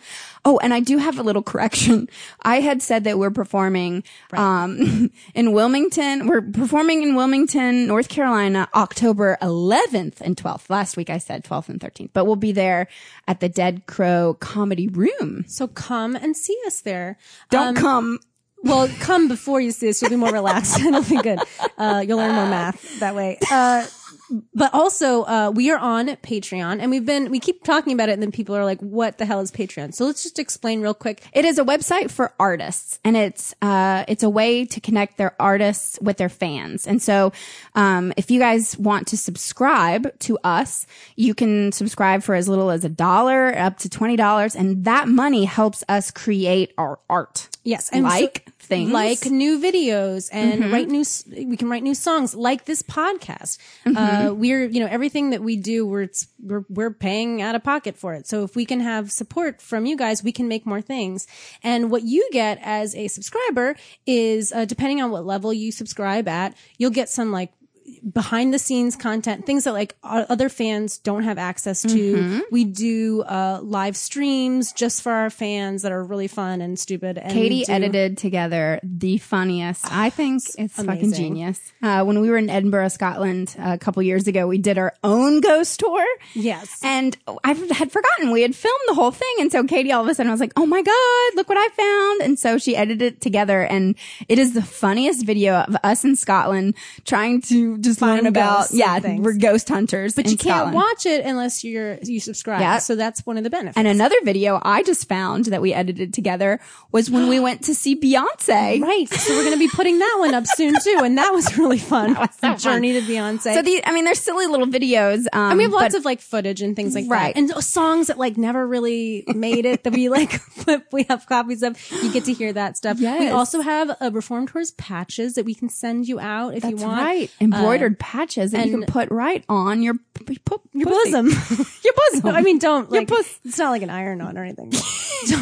A: Oh, and I do have a little correction. I had said that we're performing um, in Wilmington. We're performing in Wilmington, North Carolina, October 11th and 12th. Last week I said 12th and 13th, but we'll be there at the Dead Crow Comedy Room.
E: So come and see us there.
A: Don't come.
E: Well, come before you see us. You'll be more relaxed. It'll be good. Uh, you'll learn more math that way. Uh, but also, uh, we are on Patreon, and we've been we keep talking about it, and then people are like, "What the hell is Patreon?" So let's just explain real quick.
A: It is a website for artists, and it's uh, it's a way to connect their artists with their fans. And so, um, if you guys want to subscribe to us, you can subscribe for as little as a dollar up to twenty dollars, and that money helps us create our art.
E: Yes, so-
A: like things Mm-hmm.
E: like new videos and write new. s- We can write new songs like this podcast. Uh,
A: Mm-hmm.
E: we're you know everything that we do, we're, it's, we're we're paying out of pocket for it. So if we can have support from you guys, we can make more things. And what you get as a subscriber is uh, depending on what level you subscribe at, you'll get some like behind the scenes content, things that like o- other fans don't have access to.
A: Mm-hmm.
E: We do uh, live streams just for our fans that are really fun and stupid. And we
A: Katie
E: do- Ah,
A: edited together the funniest. I think it's fucking
E: amazing.
A: genius. Uh, when we were in Edinburgh, Scotland, uh, a couple years ago, we did our own ghost tour.
E: Yes.
A: And I had forgotten we had filmed the whole thing. And so Katie all of a sudden was like, oh my God, look what I found. And so she edited it together. And it is the funniest video of us in Scotland trying to just learn about,
E: ghosts and
A: yeah,
E: things.
A: we're ghost hunters.
E: But you
A: in
E: can't
A: Scotland.
E: watch it unless you're you subscribe.
A: Yeah.
E: So that's one of the benefits.
A: And another video I just found that we edited together was when we went to see Beyonce.
E: right. So we're going to be putting that one up soon too, and that was really fun. The journey to Beyonce.
A: So the, I mean, they're silly little videos. Um,
E: and we have lots of like footage and things like
A: Right.
E: that, and songs that like never really made it that we like flip. We have copies of. You get to hear that stuff. We
A: Yes.
E: also have a Reform Tours patches that we can send you out if you
A: That's
E: want.
A: right, embroidered patches that you can
E: uh, and-
A: put right on your p- p-
E: Your
A: pussy.
E: bosom.
A: your
E: puss. I mean, don't like.
B: puss.
E: It's not like an iron on or anything.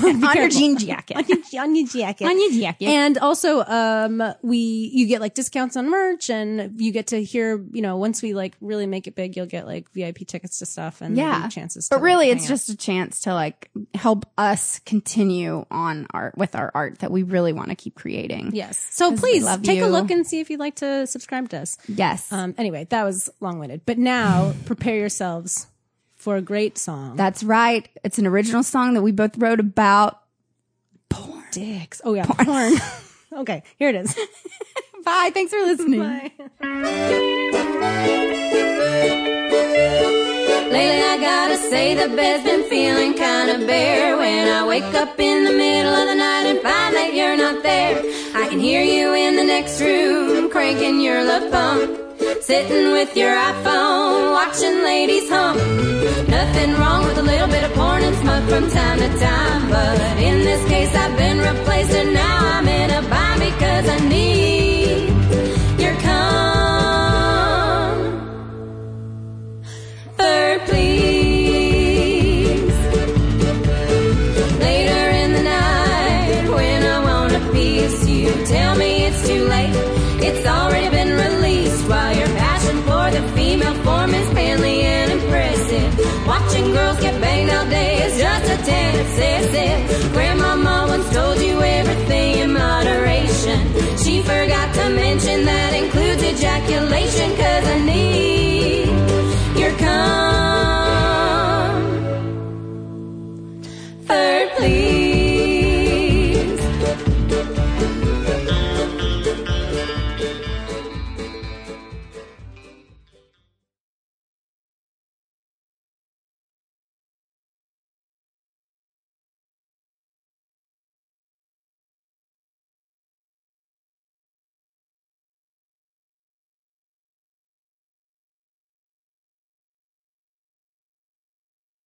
A: on your jean jacket.
E: on your jacket.
B: On your jacket.
E: And also, um, we you get like discounts on merch, and you get to hear. You know, once we like really make it big, you'll get like VIP tickets to stuff and
A: Yeah.
E: chances. To,
A: But really,
E: like,
A: it's
E: hang out.
A: just a chance to like help us continue on art with our art that we really want to keep creating.
E: yes. So
A: 'Cause we
E: please
A: love
E: take
A: you.
E: a look and see if you'd like to subscribe to us.
A: Yes.
E: Um, anyway, that was long winded, but now prepare yourselves for a great song.
A: That's right. It's an original song that we both wrote about.
E: dicks. Oh yeah, porn. okay, here it is.
A: Bye. Thanks for listening.
C: Lately, I gotta say the bed's been feeling kinda bare. When I wake up in the middle of the night and find that you're not there, I can hear you in the next room, cranking your love pump. Sitting with your iPhone, watching ladies hump. Nothing wrong with a little bit of porn and smut from time to time, but in this case, I've been replaced and now I'm in a bind because I need your cum her, please. Later in the night, when I want a piece, you tell me it's too late. It's already been released while your passion for the female form is manly and impressive. Watching girls get